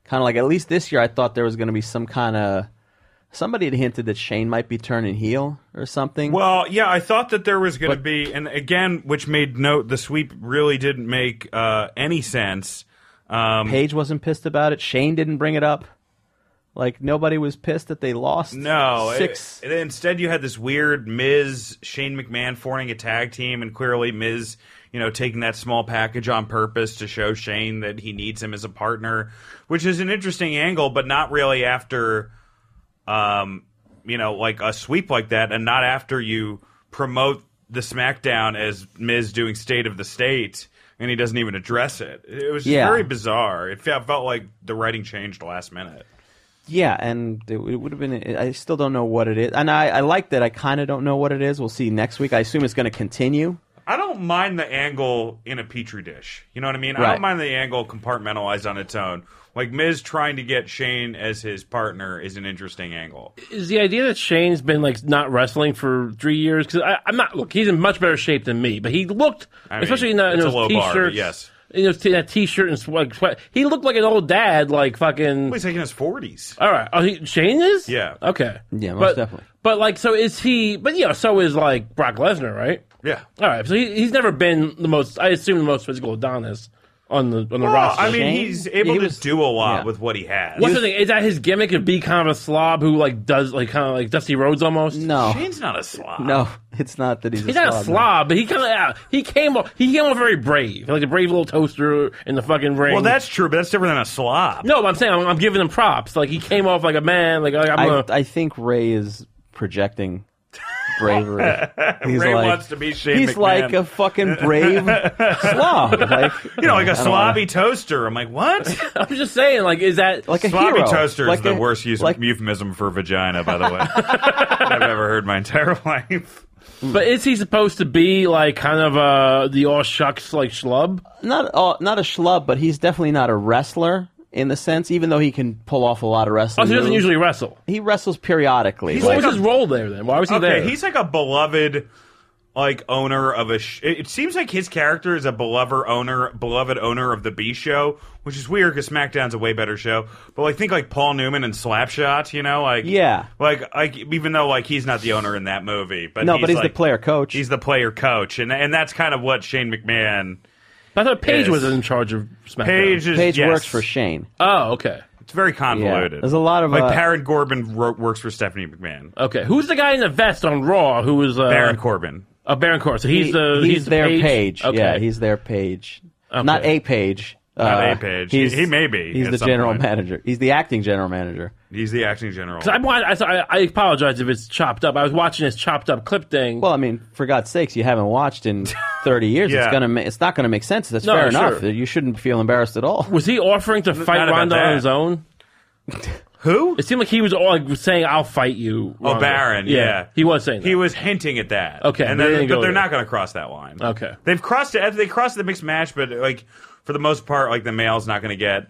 kind of like at least this year I thought there was going to be some kind of somebody had hinted that Shane might be turning heel or something.
Well, yeah, I thought that there was going to
But-
be, and again, which made note, the sweep really didn't make uh, any sense. Um,
Paige wasn't pissed about it. Shane didn't bring it up. Like nobody was pissed that they lost.
no, it-
six.
it- instead, you had this weird Miz Shane McMahon forming a tag team, and clearly Miz, you know, taking that small package on purpose to show Shane that he needs him as a partner, which is an interesting angle, but not really after, um, you know, like a sweep like that, and not after you promote the SmackDown as Miz doing State of the State. And he doesn't even address it. It was
Yeah.
very bizarre. It felt felt like the writing changed last minute.
yeah, and it, it would have been. I still don't know what it is, and I, I like that. I kind of don't know what it is. We'll see next week. I assume it's going to continue.
I don't mind the angle in a petri dish. You know what I mean? I
Right.
don't mind the angle compartmentalized on its own. Like Miz trying to get Shane as his partner is an interesting angle.
Is the idea that Shane's been like not wrestling for three years? Because I'm not. Look, he's in much better shape than me, but he looked,
I mean,
especially in, that, in
it's a
those
low bar,
t-shirts.
but yes.
in those t- that t-shirt and sweat, sweat. He looked like an old dad, like fucking.
Well, He's like in his forties.
All right. Oh, he, Shane is?
Yeah.
Okay.
Yeah, most
but,
definitely.
But, like, so is he. But, you know, so is, like, Brock Lesnar, right?
Yeah.
All right. So he, he's never been the most, I assume, the most physical Adonis on the, on the
Well,
roster.
I mean,
Shane?
he's able
He
to
was-
do a lot
yeah.
with what he has.
What's the thing? Is that his gimmick of be kind of a slob who, like, does, like, kind of like Dusty Rhodes almost?
No,
Shane's not a slob.
no, it's not that he's,
He's
a
not a
slob.
slob, but he kind of uh, he came off he came off very brave, like a brave little toaster in the fucking ring.
Well, that's true, but that's different than a slob.
no. But I'm saying I'm, I'm giving him props. Like he came off like a man. Like, I'm
I,
a,
I think Ray is projecting bravery. He's
Ray
like,
wants to be Shane
He's
McMahon.
like a fucking brave slob. Like
you know, like a
I don't wanna-
slobby toaster. I'm like, what?
I'm just saying. Like, is that
like a
slobby
hero.
toaster
like
is the
a-
worst use
like,
euphemism for vagina, by the way. I've ever heard my entire life.
But is he supposed to be like kind of uh the all shucks like schlub?
not uh, not a schlub, but he's definitely not a wrestler in the sense, even though he can pull off a lot of wrestling.
Oh, he doesn't
moves.
usually wrestle.
He wrestles periodically.
What
Mm-hmm. Like,
was his role there then? Why was he
okay,
there?
he's like a beloved like owner of a sh- it it seems like his character is a beloved owner beloved owner of the B show, which is weird cuz SmackDown's a way better show. But like think like Paul Newman and Slapshot, you know, like
Yeah.
Like like even though like he's not the owner in that movie, but
no, but he's
like-
the player coach.
He's the player coach and and that's kind of what Shane McMahon
I thought Paige
Yes.
was in charge of SmackDown.
Page is
Page
yes.
works for Shane.
Oh, okay,
It's very convoluted.
Yeah, there's a lot of,
like
uh,
Baron Corbin ro- works for Stephanie McMahon.
okay. Who's the guy in the vest on Raw? Who was uh,
Baron Corbin.
Oh, Baron Corbin. So he's
He-
the
he's,
the
their
Paige?
page.
Okay.
Yeah, he's their page. Not a page.
Not
Uh,
a Page.
he's-
He- he may be
He's
at
the
some
general
point.
manager. He's the acting general manager.
He's the acting general.
'Cause I'm wa- I, I, I apologize if it's chopped up. I was watching his chopped up clip thing.
Well, I mean, for God's sakes, you haven't watched in 30 years.
Yeah.
It's gonna. Ma- it's not gonna make sense. That's
No,
fair
sure.
enough. You shouldn't feel embarrassed at all.
was he offering to fight
not about
Ronda on
that.
his own?
Who?
It seemed like he was all like, saying, "I'll fight you."
Oh,
Ronda."
Baron. Yeah.
he was saying that.
He was hinting at that.
Okay,
And
they
then,
didn't
but
go
they're
there.
not going to cross that line.
Okay.
They've crossed it. They crossed the mixed match, but like for the most part, like the male's not going to get.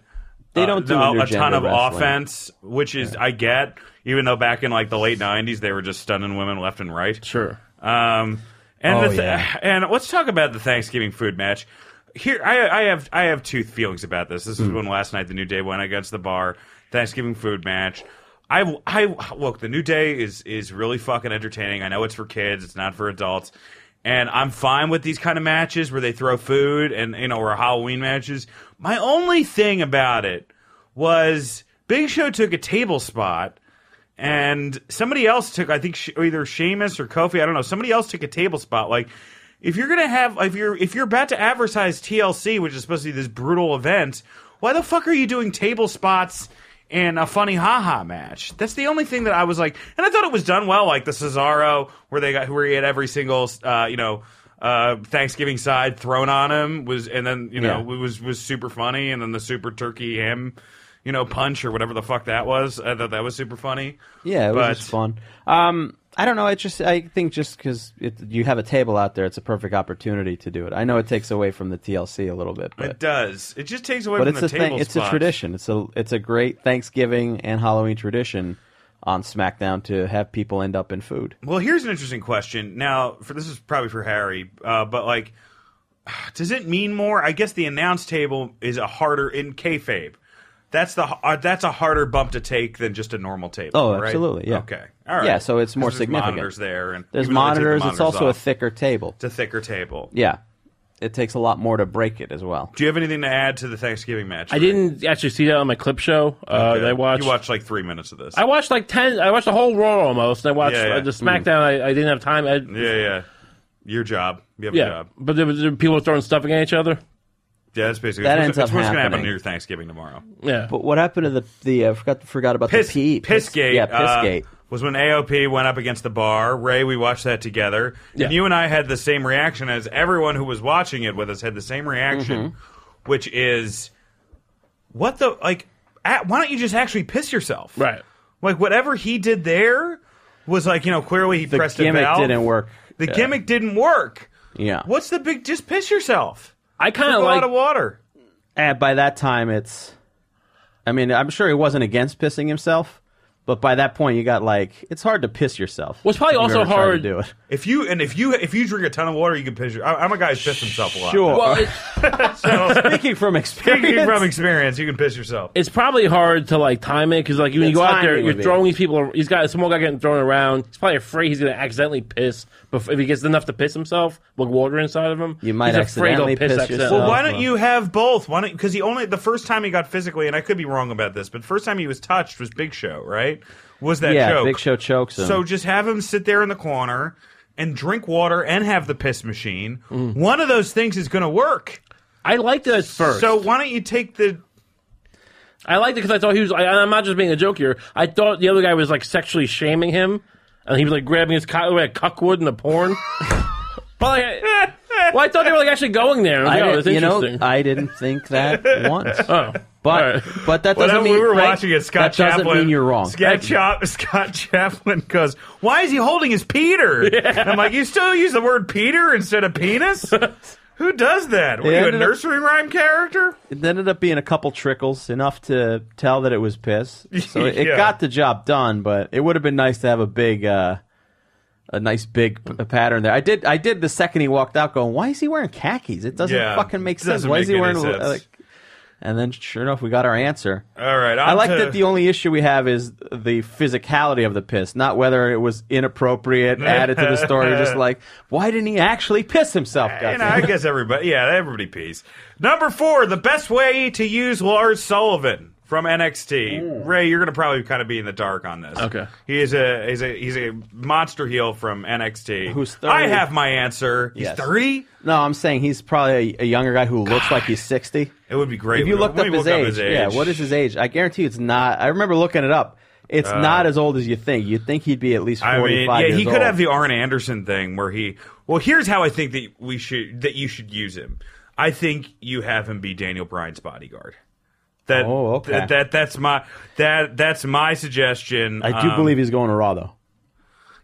They don't do
a- a
intergender
ton of
wrestling.
offense, which is I get. Even though back in like the late '90s, they were just stunning women left and right.
sure.
Um, and
Oh,
the th-
yeah.
and let's talk about the Thanksgiving food match. Here, I, I have I have two feelings about this. This is
Hmm.
when last night the New Day went against the Bar Thanksgiving food match. I, I look the New Day is is really fucking entertaining. I know it's for kids, it's not for adults, and I'm fine with these kind of matches where they throw food and you know or Halloween matches. My only thing about it was Big Show took a table spot and somebody else took I think Sh- either Sheamus or Kofi I don't know somebody else took a table spot like if you're gonna have if you're if you're about to advertise TLC which is supposed to be this brutal event why the fuck are you doing table spots in a funny haha match that's the only thing that I was like and I thought it was done well like the Cesaro where they got where he had every single uh, you know uh, Thanksgiving side thrown on him was and then you know
Yeah.
it was was super funny and then the super turkey him you know, punch or whatever the fuck that was. I thought that was super funny.
Yeah, it was
But-
just fun. Um, I don't know. I just I think just because you have a table out there, it's a perfect opportunity to do it. I know it takes away from the TLC a little bit,
It
but
does. It just takes away
but
from
it's
the
a
table
thing. It's a
spots.
tradition. It's a it's a great Thanksgiving and Halloween tradition on SmackDown to have people end up in food.
Well, here's an interesting question. Now, for this is probably for Harry, uh, but like, does it mean more? I guess the announce table is a harder in kayfabe. That's the uh, that's a harder bump to take than just a normal table.
Oh,
right?
absolutely, yeah.
Okay. All right.
Yeah, so it's
'Cause
more
there's
significant.
Monitors there, and
There's
even though they take the
monitors. It's also
off,
a thicker table.
it's a thicker table.
Yeah, it takes a lot more to break it as well.
Do you have anything to add to the Thanksgiving match?
I didn't actually see that on my clip show. Uh,
Okay.
that I watched.
You watched like three minutes of this.
I watched like ten. I watched the whole Raw almost, and I watched
Yeah, yeah.
Uh, the SmackDown. I, I didn't have time. I, yeah,
yeah, yeah. Your job. You have a job.
but there was there were people throwing stuff at each other.
Yeah, that's basically
That
that's
ends
what's, that's
up
what's gonna happen
happening.
to your Thanksgiving tomorrow.
Yeah,
But what happened to the the uh, forgot forgot about
Piss,
the pee,
Pissgate.
Yeah,
uh,
Pissgate.
was when AOP went up against the bar. Ray, we watched that together.
Yeah.
And you and I had the same reaction as everyone who was watching it with us had the same reaction,
Mm-hmm.
which is, what the, like, at, why don't you just actually piss yourself?
right.
Like, whatever he did there was like, you know, clearly he
the
pressed a
gimmick
valve.
didn't work.
The
Yeah.
gimmick didn't work.
Yeah.
What's the big, just piss yourself.
I kind
Go
of like.
out of water.
And Eh, by that time, it's. I mean, I'm sure he wasn't against pissing himself, but by that point, you got like it's hard to piss yourself.
Well, it's probably
if you've
also
ever tried
hard-
to do it.
If you and if you if you drink a ton of water, you can piss. Your, I, I'm a guy who's pissed himself a lot.
Sure.
Well, it's,
Speaking from experience,
Speaking from experience, you can piss yourself.
it's probably hard to like time it because like when
The
you go out there,
timing would
you're
be-
throwing these people. He's got a small guy getting thrown around. He's probably afraid he's going to accidentally piss. But if he gets enough to piss himself, with water inside of him,
You might
he's afraid he'll
accidentally piss
accidentally.
yourself.
Well, why
Uh,
don't you have both? Why don't because he only the first time he got physically, and I could be wrong about this, but first time he was touched was Big Show, right? Was that
yeah,
joke?
Big Show chokes him.
So just have him sit there in the corner and drink water and have the piss machine.
Mm.
One of those things is going to work.
I liked it at first.
So why don't you take the?
I liked it because I thought he was. I, I'm not just being a joke here. I thought the other guy was like sexually shaming him, and he was like grabbing his cock like cuckwood in a porn. but like, I, well, I thought they were like actually going there. I was
I
like, oh,
didn't-
that's
you know,
interesting.
I didn't think that once.
oh, all
But
right.
but that doesn't
Whenever
mean
we were
right,
watching it, Scott
that
Chaplin.
doesn't mean you're wrong.
Scott, Chap- Scott Chaplin goes, "Why is he holding his Peter?" And I'm like, "You still use the word Peter instead of penis? Who does that? What,
They
are you a
ended up-
nursery rhyme character?"
It ended up being a couple trickles, enough to tell that it was piss. So it, it
Yeah.
got the job done, but it would have been nice to have a big, uh, a nice big p- pattern there. I did, I did the second he walked out, going, "Why is he wearing khakis? It doesn't
Yeah,
fucking make
it
sense.
doesn't
Why is
make
he
any
wearing?"
sense.
Like, and then, sure enough, we got our answer.
All right,
I
on
like
to-
that the only issue we have is the physicality of the piss, not whether it was inappropriate added to the story. just like, why didn't he actually piss himself?
you know,
goddamn
I
it?
guess everybody, yeah, everybody pees. Number four, the best way to use Lars Sullivan from NXT. Ray, you're gonna probably kind of be in the dark on this.
Okay.
he is a he's a he's a monster heel from NXT.
Who's 30.
I have my answer.
Yes.
He's thirty.
No, I'm saying he's probably a, a younger guy who looks like he's 60.
It would be great
If you
we-
looked
we
up, his,
look
age, yeah, what is his age? I guarantee you it's not. I remember looking it up. It's not as old as you think. You'd think he'd be at least
Uh, I
45
mean, yeah,
years
he could
old.
have the Arn Anderson thing where he. Well, here's how I think that we should that you should use him. I think you have him be Daniel Bryan's bodyguard. That,
Oh, okay.
that, that that's my that that's my suggestion.
I do
Um,
believe he's going to Raw though.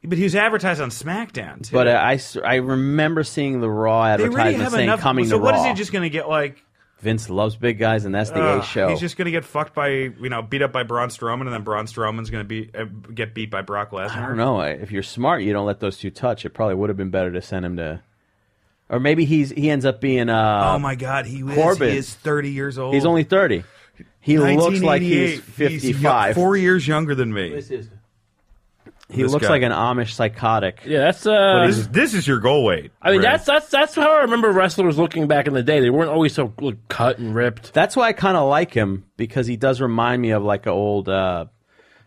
but he was advertised on SmackDown. Too.
But uh, I, s- I remember seeing the Raw
they already
advertisement
have
saying
enough.
coming
so
to
what is
Raw.
he just going to get like?
Vince loves big guys, and that's the
uh,
A show.
He's just going to get fucked by you know beat up by Braun Strowman, and then Braun Strowman's going to be uh, get beat by Brock Lesnar.
I don't know. I- If you're smart, you don't let those two touch. It probably would have been better to send him to, or maybe he's he ends up being uh,
Oh my God, he is,
Corbin.
he is thirty years old.
he's only 30. He looks like he's
1988. yo-
55.
four years younger than me.
He
This
looks
guy.
like an Amish psychotic.
yeah, that's. Uh,
This is, this is your goal weight.
I mean,
Ray.
that's that's that's how I remember wrestlers looking back in the day. They weren't always so like, cut and ripped.
That's why I kind of like him because he does remind me of like an old uh,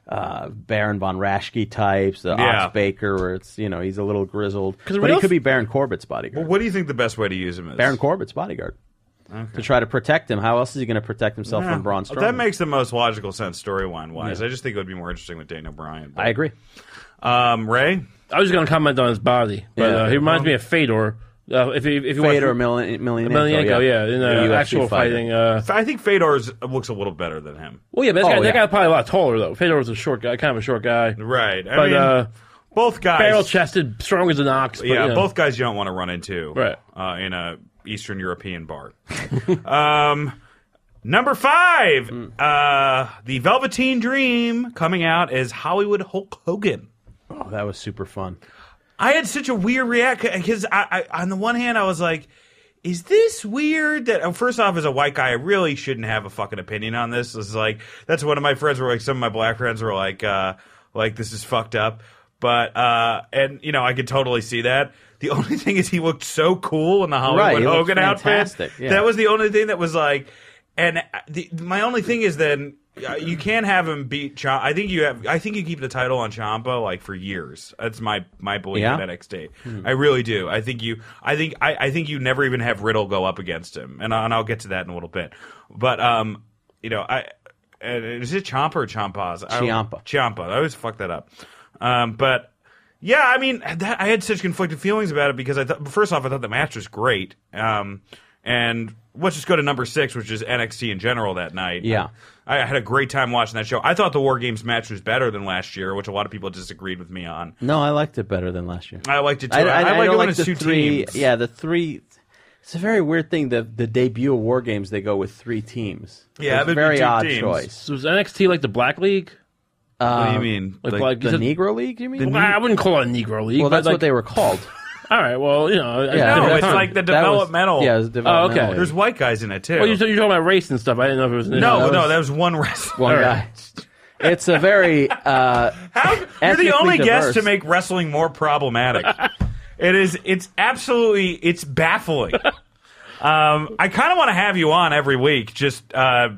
uh, Baron von Raschke types, the
Yeah.
Ox Baker, where it's you know he's a little grizzled, but
real
he could
f-
be Baron Corbett's bodyguard.
What do you think the best way to use him is?
Baron Corbett's bodyguard to try to protect him. How else is he going to protect himself
Yeah.
from Braun Strowman?
That makes the most logical sense storyline wise. I just think it would be more interesting with Daniel Bryan.
I agree.
Um, Ray,
I was going to comment on his body, but
Yeah.
uh, he reminds me of Fedor. Uh, if you if you
Fade or
watch
Mil- Emelianenko,
Emelianenko, yeah. in
oh, Yeah,
uh,
UFC
actual
fighter.
fighting. Uh,
I think Fedor is- looks a little better than him.
well, yeah, but that,
Oh,
guy, that
yeah.
guy's probably a lot taller though. Fedor was a short guy, kind of a short guy,
Right. I
But,
mean,
uh,
both guys.
barrel chested, strong as an ox. But,
yeah,
you know.
both guys you don't want to run into
Right.
uh, in a Eastern European bar. um, number five, uh, the Velveteen Dream coming out as Hollywood Hulk Hogan.
Oh, that was super fun.
I had such a weird reaction because I, I, on the one hand, I was like, "Is this weird?" That oh, first off, as a white guy, I really shouldn't have a fucking opinion on this. It's like that's one of my friends were like, some of my black friends were like, uh, "Like this is fucked up," but uh, and you know, I could totally see that. The only thing is, he looked so cool in the
Right,
Hollywood
he looked
Hogan outfit.
fantastic, yeah.
That was the only thing that was like, and uh, the, my only thing is then. uh, You can't have him beat. Cha- I think you have. I think you keep the title on Champa like for years. That's my my belief
Yeah? Hmm.
in NXT. I really do. I think you. I think. I, I think you never even have Riddle go up against him, and, I- and I'll get to that in a little bit. But um, you know, I and is it Champa or Champa's? I-
Ciampa.
Ciampa. I always fuck that up. Um, but yeah, I mean, that I had such conflicted feelings about it because I thought first off, I thought the match was great. Um, and let's just go to number six, which is NXT in general that night.
Yeah.
I I had a great time watching that show. I thought the War Games match was better than last year, which a lot of people disagreed with me on.
No, I liked it better than last year.
I liked it too.
I, I, I
like it when
don't like
it's
the
two
three.
teams.
Yeah, the three. It's a very weird thing. The the debut of War Games, they go with three teams.
Yeah,
it's
it would
a
be
very
two
odd
teams.
choice.
So was NXT like the Black League?
what do you mean?
Like,
Like-
Black,
The Negro League, you mean?
Well, I wouldn't call it a Negro League.
well,
but,
that's
like,
what they were called.
All right. Well, you know, I-
Yeah,
I-
No,
that-
it's
that-
like the
that was-
developmental.
yeah, it was developmental.
okay.
There's white guys in it too.
Well, oh, you're, you're talking about race and stuff. I didn't know if it was an
no,
issue.
no, that was one wrestler.
one
All
guy.
right.
It's a very uh,
How, you're
Ethnically
the only guest
diverse.
to make wrestling more problematic. it is. It's absolutely. It's baffling. um, I kind of want to have you on every week, just uh,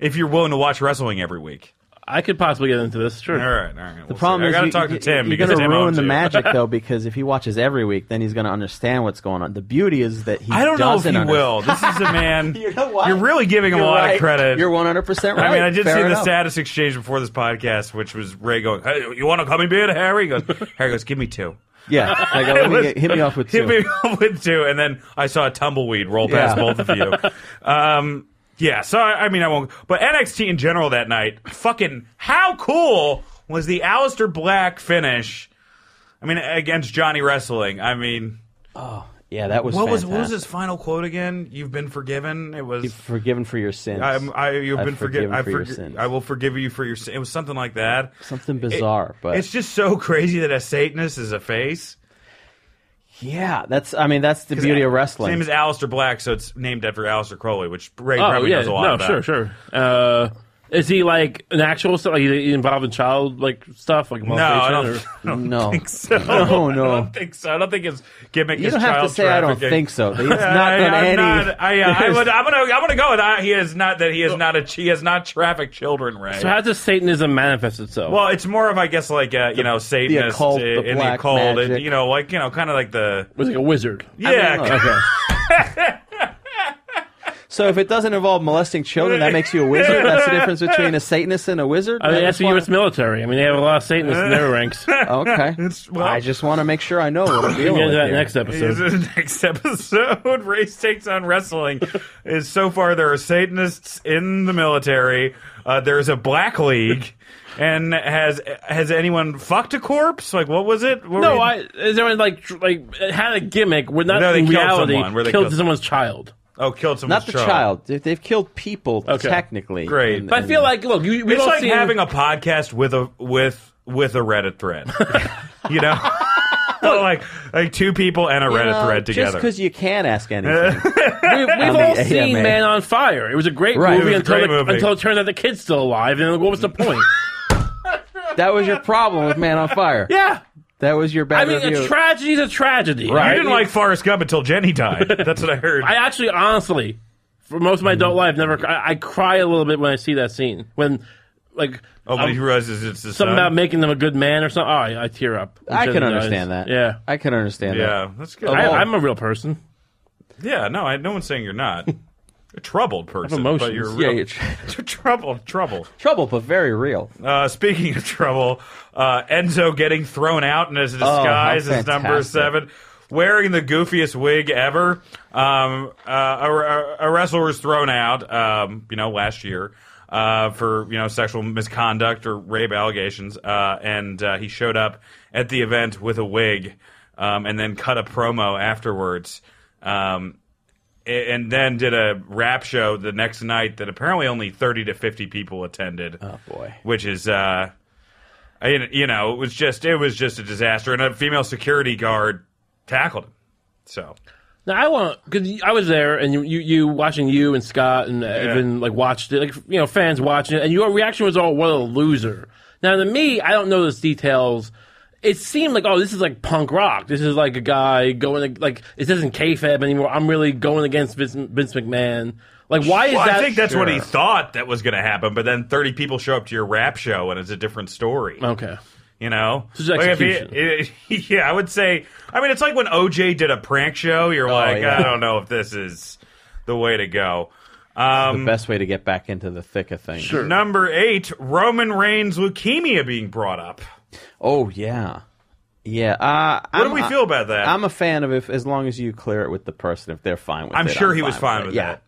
if you're willing to watch wrestling every week.
I could possibly get into this. Sure.
All right, all right. We'll
The problem
see.
is
I got to
you-
talk to
you-
Tim
You're
because
gonna
Tim
ruin
owns
the
you.
magic though, because if he watches every week, then he's going to understand what's going on. The beauty is that he
I don't know if
doesn't
he
under-
will. This is a man.
You know what?
are really giving him
You're
a lot
right.
of credit.
You're 100 percent right.
I mean, I did
Fair
see the
enough.
status exchange before this podcast, which was Ray going, "Hey, you want to come and be it, Harry?" He goes, Harry goes, "Give me two.
Yeah, like, let me
was-
get- hit me off with two.
Hit me up with two, and then I saw a tumbleweed roll past
Yeah.
both of you. Um, yeah, so I, I mean, I won't. But NXT in general that night, fucking how cool was the Aleister Black finish? I mean, against Johnny Wrestling. I mean,
yeah, that was
what was what was
fantastic.
his final quote again? You've been forgiven. It was
Forgiven for your sins.
I'm, I, you've
I've
been forgiven.
forgiven
I,
for your
forgi-
sins.
I will forgive you for your sin. It was something like that.
Something
It-
bizarre, but
it's just so crazy that a Satanist is a face.
yeah, that's. I mean, that's the beauty of wrestling.
His name is Alistair Black, so it's named after Alistair Crowley, which Ray
Oh
probably
yeah.
knows a lot
No.
about.
Sure. Sure. Uh, is he like an actual stuff? Like he- he involved in child like stuff? Like
No, I don't,
molestation?
I don't
No.
think so.
No, Oh, no.
I don't think so. I don't think his gimmick
you
is
don't have to
child
say I don't
trafficking.
think so. He's not
I,
done
I'm
any.
not- I, uh, I would, I'm gonna, I'm gonna go with I, he is not that he is not a he has not trafficked children, Ray.
or- So how does Satanism manifest itself?
Well, it's more of, I guess, like uh, you know, Satanist
occult,
uh,
the
in the
black
occult, and,
magic.
you know, like you know, kind of like the
it was like a wizard.
yeah.
know.
Okay.
So if it doesn't involve molesting children, that makes you a wizard. That's the difference between a Satanist and a wizard.
I mean, that's
just
the
wanna-
U.S. military. I mean, they have a lot of Satanists in their ranks. We'll
Okay.
It's- well-
I just want to make sure I know what I'm dealing
get into
with.
that
here.
next
Is
episode.
the next episode race takes on wrestling is so far there are satanists in the military uh, there's a black league and has has anyone fucked a corpse like what was it What
No,
were-
I is there any, like tr- like it had a gimmick. We're not
No, they
in
killed
reality
someone, where they
killed,
killed-
someone's child.
oh killed someone
Not the child. They- They've killed people
Okay.
technically.
Great.
And-
But I feel like look, you, we
it's
don't
like
see
having a podcast with a with with a reddit thread you know like like two people and a
you
reddit
know,
thread
Just
together
because you can't ask anything.
we, we've all
the
seen
AMA.
Man on Fire. It was a great
Right.
It was
movie
a
until
great
the,
movie.
until it turned out the kid's still alive. And then what was the point?
that was your problem with Man on Fire.
yeah,
That was your bad
I mean,
review.
a tragedy's a tragedy.
you
Right.
didn't like Forrest Gump until Jenny died. That's what I heard.
I actually, honestly, for most of my adult life, never. I, I cry a little bit when I see that scene when, like,
oh, but
um,
he realizes it's the
something
son.
about making them a good man or something. Oh, I, I tear up.
I
Jenny
can
dies.
understand that. Oh.
Yeah.
I can understand that.
yeah, that's good.
I,
all-
I'm a real person.
Yeah, no, I, no one's saying you're not a troubled person,
emotions.
but you're real,
Yeah, you're tr-
troubled. Trouble.
trouble, but very real.
Uh, speaking of trouble, uh, Enzo getting thrown out in his
Oh, how
disguise is number
fantastic.
seven. wearing the goofiest wig ever. Um, uh, a, a wrestler was thrown out, um, you know, last year uh, for you know sexual misconduct or rape allegations, uh, and uh, he showed up at the event with a wig, um, and then cut a promo afterwards. Um, a- and then did a rap show the next night that apparently only 30 to 50 people attended. Oh
boy.
Which is uh I- you know, it was just it was just a disaster and a female security guard tackled him. So,
Now I want because I was there and you, you you watching you and Scott and Evan like watched it like you know fans watching it and your reaction was all what a loser. Now to me I don't know those details. It seemed like oh this is like punk rock. This is like a guy going like this isn't kayfabe anymore. I'm really going against Vince, Vince McMahon. Like why is
well,
that?
I think that's what he
Sure.
thought that was going to happen, but then 30 people show up to your rap show and it's a different story.
Okay.
You know,
This is execution.
if he- it- yeah, I would say. I mean, it's like when OJ did a prank show.
Oh,
You're like,
yeah.
I don't know if this is the way to go. Um,
the best way to get back into the thick of things.
Sure.
Number eight, Roman Reigns leukemia being brought up.
Oh yeah, yeah. Uh,
What do we feel about that?
I'm a fan of if as long as you clear it with the person if they're fine with
I'm
it.
sure he was fine
it.
with
yeah.
that.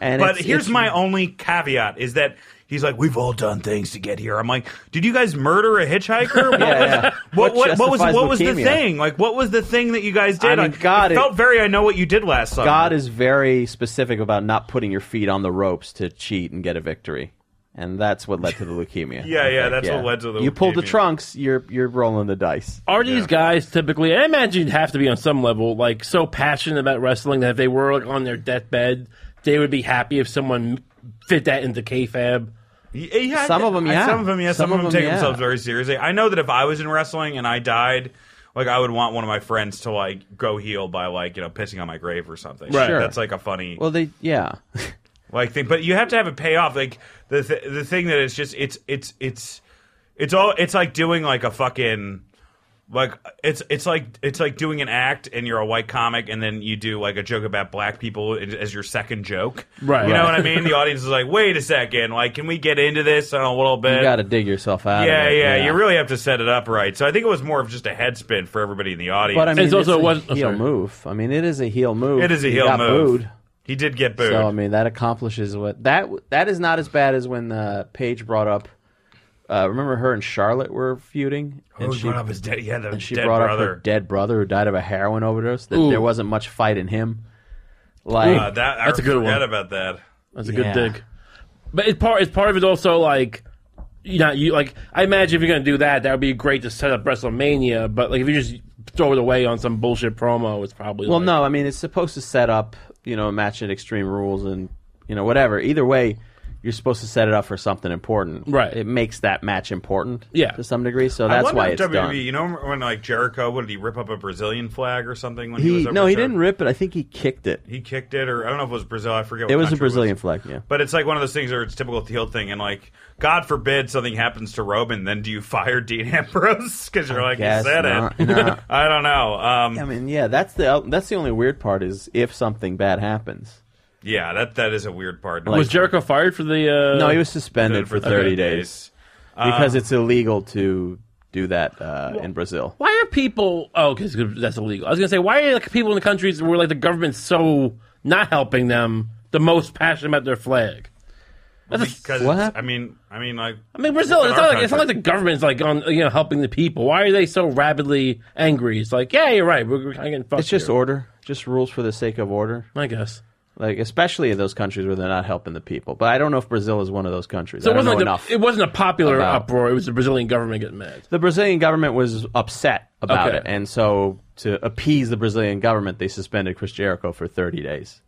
And
but
it's-
here's
it's-
my only caveat: is that he's like, we've all done things to get here. I'm like, did you guys murder a hitchhiker? What
Yeah,
was,
yeah.
What, what,
What
what was
justifies
what was the
leukemia?
thing? Like, what was the thing that you guys did?
I mean,
Like,
God,
it
it-
felt very. I know what you did last summer.
God is very specific about not putting your feet on the ropes to cheat and get a victory. And that's what led to the leukemia.
Yeah,
I
yeah,
think,
that's what led to the
You pulled the
leukemia. Oh.
trunks, you're you're rolling the dice.
Are these guys typically? I imagine you'd have to be on some level like so passionate about wrestling that if they were like, on their deathbed, they would be happy if someone fit that into kayfabe.
Yeah, yeah,
Some of 'em,
I-
yeah.
Some of them, yeah. Some, of them, take
yeah.
themselves very seriously. I know that if I was in wrestling and I died, like I would want one of my friends to like go heal by like you know pissing on my grave or something.
Right. Sure.
That's like a funny
Well, they yeah.
like thing. But you have to have a payoff. Like the th- the thing that it's just it's it's it's it's all it's like doing like a fucking like it's it's like it's like doing an act and you're a white comic and then you do like a joke about black people as your second joke.
Right.
You know
Right.
what I mean? The audience is like, wait a second, like can we get into this a little bit?
you got to dig yourself out. of
yeah,
it,
yeah, You really have to set it up right. So I think it was more of just a head spin for everybody in the audience.
But I mean,
It's
it's
also
also
was-
a
oh,
heel
sorry.
move. I mean, it is a heel move.
it is a
He
heel
got
move.
booed.
He did get booed.
So I mean, that accomplishes what that that is not as bad as when uh, Paige brought up. Uh, remember her and Charlotte were feuding, and
oh, he
she
brought up his dead, yeah, the
and she
dead
brought up
brother.
her dead brother who died of a heroin overdose. That there wasn't much fight in him. Like
Uh, that, I
That's a good
forgot
one.
about that.
That's a
Yeah.
good dig. But it's part. It's part of it also like you know you like. I imagine if you're gonna do that, that would be great to set up WrestleMania. But like if you just throw it away on some bullshit promo, it's probably
Well,
like-
no, I mean it's supposed to set up, you know, a match at Extreme Rules and you know whatever. Either way, you're supposed to set it up for something important.
Right.
It makes that match important.
Yeah.
To some degree, so
I
that's
wonder
why
if E
it's
WWE,
done.
You know when like Jericho, what did he rip up a Brazilian flag or something? When he,
He
was over
no, he
there?
didn't rip it. I think he kicked it.
He kicked it, or I don't know if it was Brazil. I forget.
It
what
was a
country
Brazilian flag. Yeah.
But it's like one of those things where it's typical heel thing, and like, God forbid something happens to Robin, then do you fire Dean Ambrose because you're like,
guess
he said
not.
it.
No.
I don't know. Um,
I mean, yeah, that's the that's the only weird part is if something bad happens.
yeah, that that is a weird part.
Was Jericho fired for the? Uh,
No, he was suspended for 30 days Uh, because it's illegal to do that uh, in Brazil.
Why are people? Oh, because that's illegal. I was gonna say, why are like, people in the countries where like the government's so not helping them the most passionate about their flag? That's a-
Because
What?
it's- I mean, I mean, like,
I mean, Brazil.
in
It's
our
not like it's not like
country.
the government's like on you know helping the people. Why are they so rabidly angry? It's like, yeah, you're right. We're, we're kinda getting fucked.
It's just
here.
order, just rules for the sake of order.
I guess.
Like especially in those countries where they're not helping the people. But I don't know if Brazil is one of those countries.
So
I
it
don't know
wasn't like
enough.
the, it wasn't a popular
about-
uproar. It was the Brazilian government getting mad.
the Brazilian government was upset about
Okay.
it, and so to appease the Brazilian government, they suspended Chris Jericho for 30 days.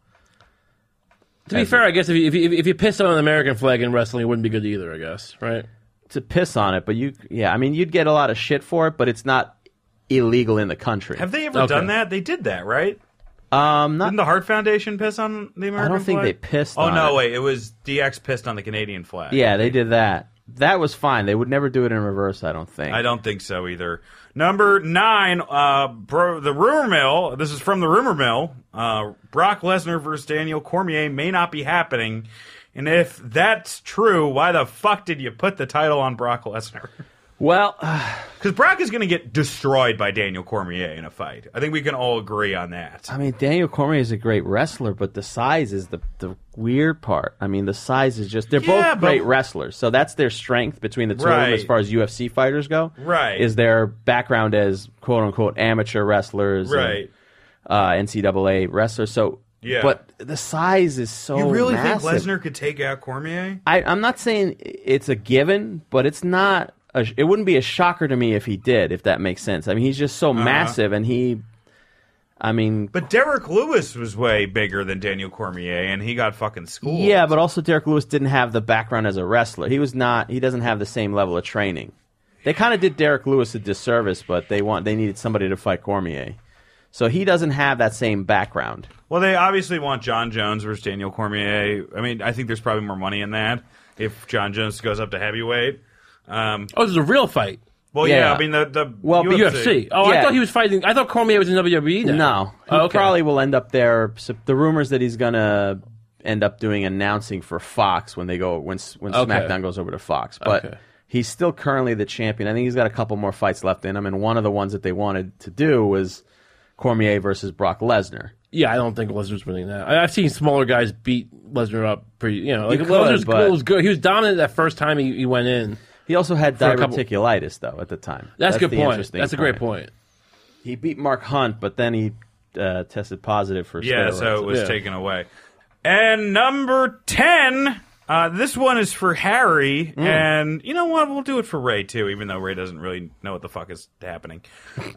To be fair, I guess if you, if you if you piss on an American flag in wrestling, it wouldn't be good either. I guess, right?
To piss on it, but you, yeah, I mean, you'd get a lot of shit for it, but it's not illegal in the country.
have they ever
Okay.
done that? They did that, right?
um, not
Didn't the Hart Foundation piss on the American?
think
flag?
they pissed
Oh
on
no,
it.
wait, it was DX pissed on the Canadian flag.
Yeah, they did that. That was fine. They would never do it in reverse, I don't think.
I don't think so either. Number nine, uh, bro, the rumor mill. This is from the rumor mill. Uh, Brock Lesnar versus Daniel Cormier may not be happening, and if that's true, why the fuck did you put the title on Brock Lesnar?
Well,
because Brock is going to get destroyed by Daniel Cormier in a fight. I think we can all agree on that.
I mean, Daniel Cormier is a great wrestler, but the size is the, the weird part. I mean, the size is just they're
Yeah,
both
but-
great wrestlers, so that's their strength between the two of them as
Right.
far as UFC fighters go.
Right.
is their background as quote unquote amateur wrestlers, and,
right?
uh, NCAA wrestlers. So
Yeah.
but the size is so.
You really
Oh, massive.
think Lesnar could take out Cormier?
I, I'm not saying it's a given, but it's not. A, it wouldn't be a shocker to me if he did, if that makes sense. I mean, he's just so massive, and he. I mean,
But Derek Lewis was way bigger than Daniel Cormier, and he got fucking schooled.
yeah, but also Derek Lewis didn't have the background as a wrestler. He was not. He doesn't have the same level of training. They kind of did Derek Lewis a disservice, but they want they needed somebody to fight Cormier, so he doesn't have that same background.
Well, they obviously want John Jones versus Daniel Cormier. I mean, I think there's probably more money in that if John Jones goes up to heavyweight. Um,
Oh, this is a real fight.
well, yeah.
Yeah.
I mean the the
Well, but
UFC. Oh, I
Yeah.
thought he was fighting. I thought Cormier was in WWE. Now.
No, he
Oh, okay.
probably will end up there. So the rumors that he's gonna end up doing announcing for Fox when they go when S- when
Okay.
SmackDown goes over to Fox, but.
Okay.
He's still currently the champion. I think he's got a couple more fights left in him, and one of the ones that they wanted to do was Cormier versus Brock Lesnar.
Yeah, I don't think Lesnar's winning that. I, I've seen smaller guys beat Lesnar up pretty. You know, like
could,
Lesnar's
but-
was good. He was dominant that first time he, he went in.
He also had
For a couple-
diverticulitis though at the time.
That's, a good
the
point.
interesting
That's a great point.
He beat Mark Hunt, but then he uh, tested positive for
Yeah,
steroids.
so it was
Yeah.
taken away. And number 10, uh, this one is for Harry. And you know what? We'll do it for Ray, too, even though Ray doesn't really know what the fuck is happening.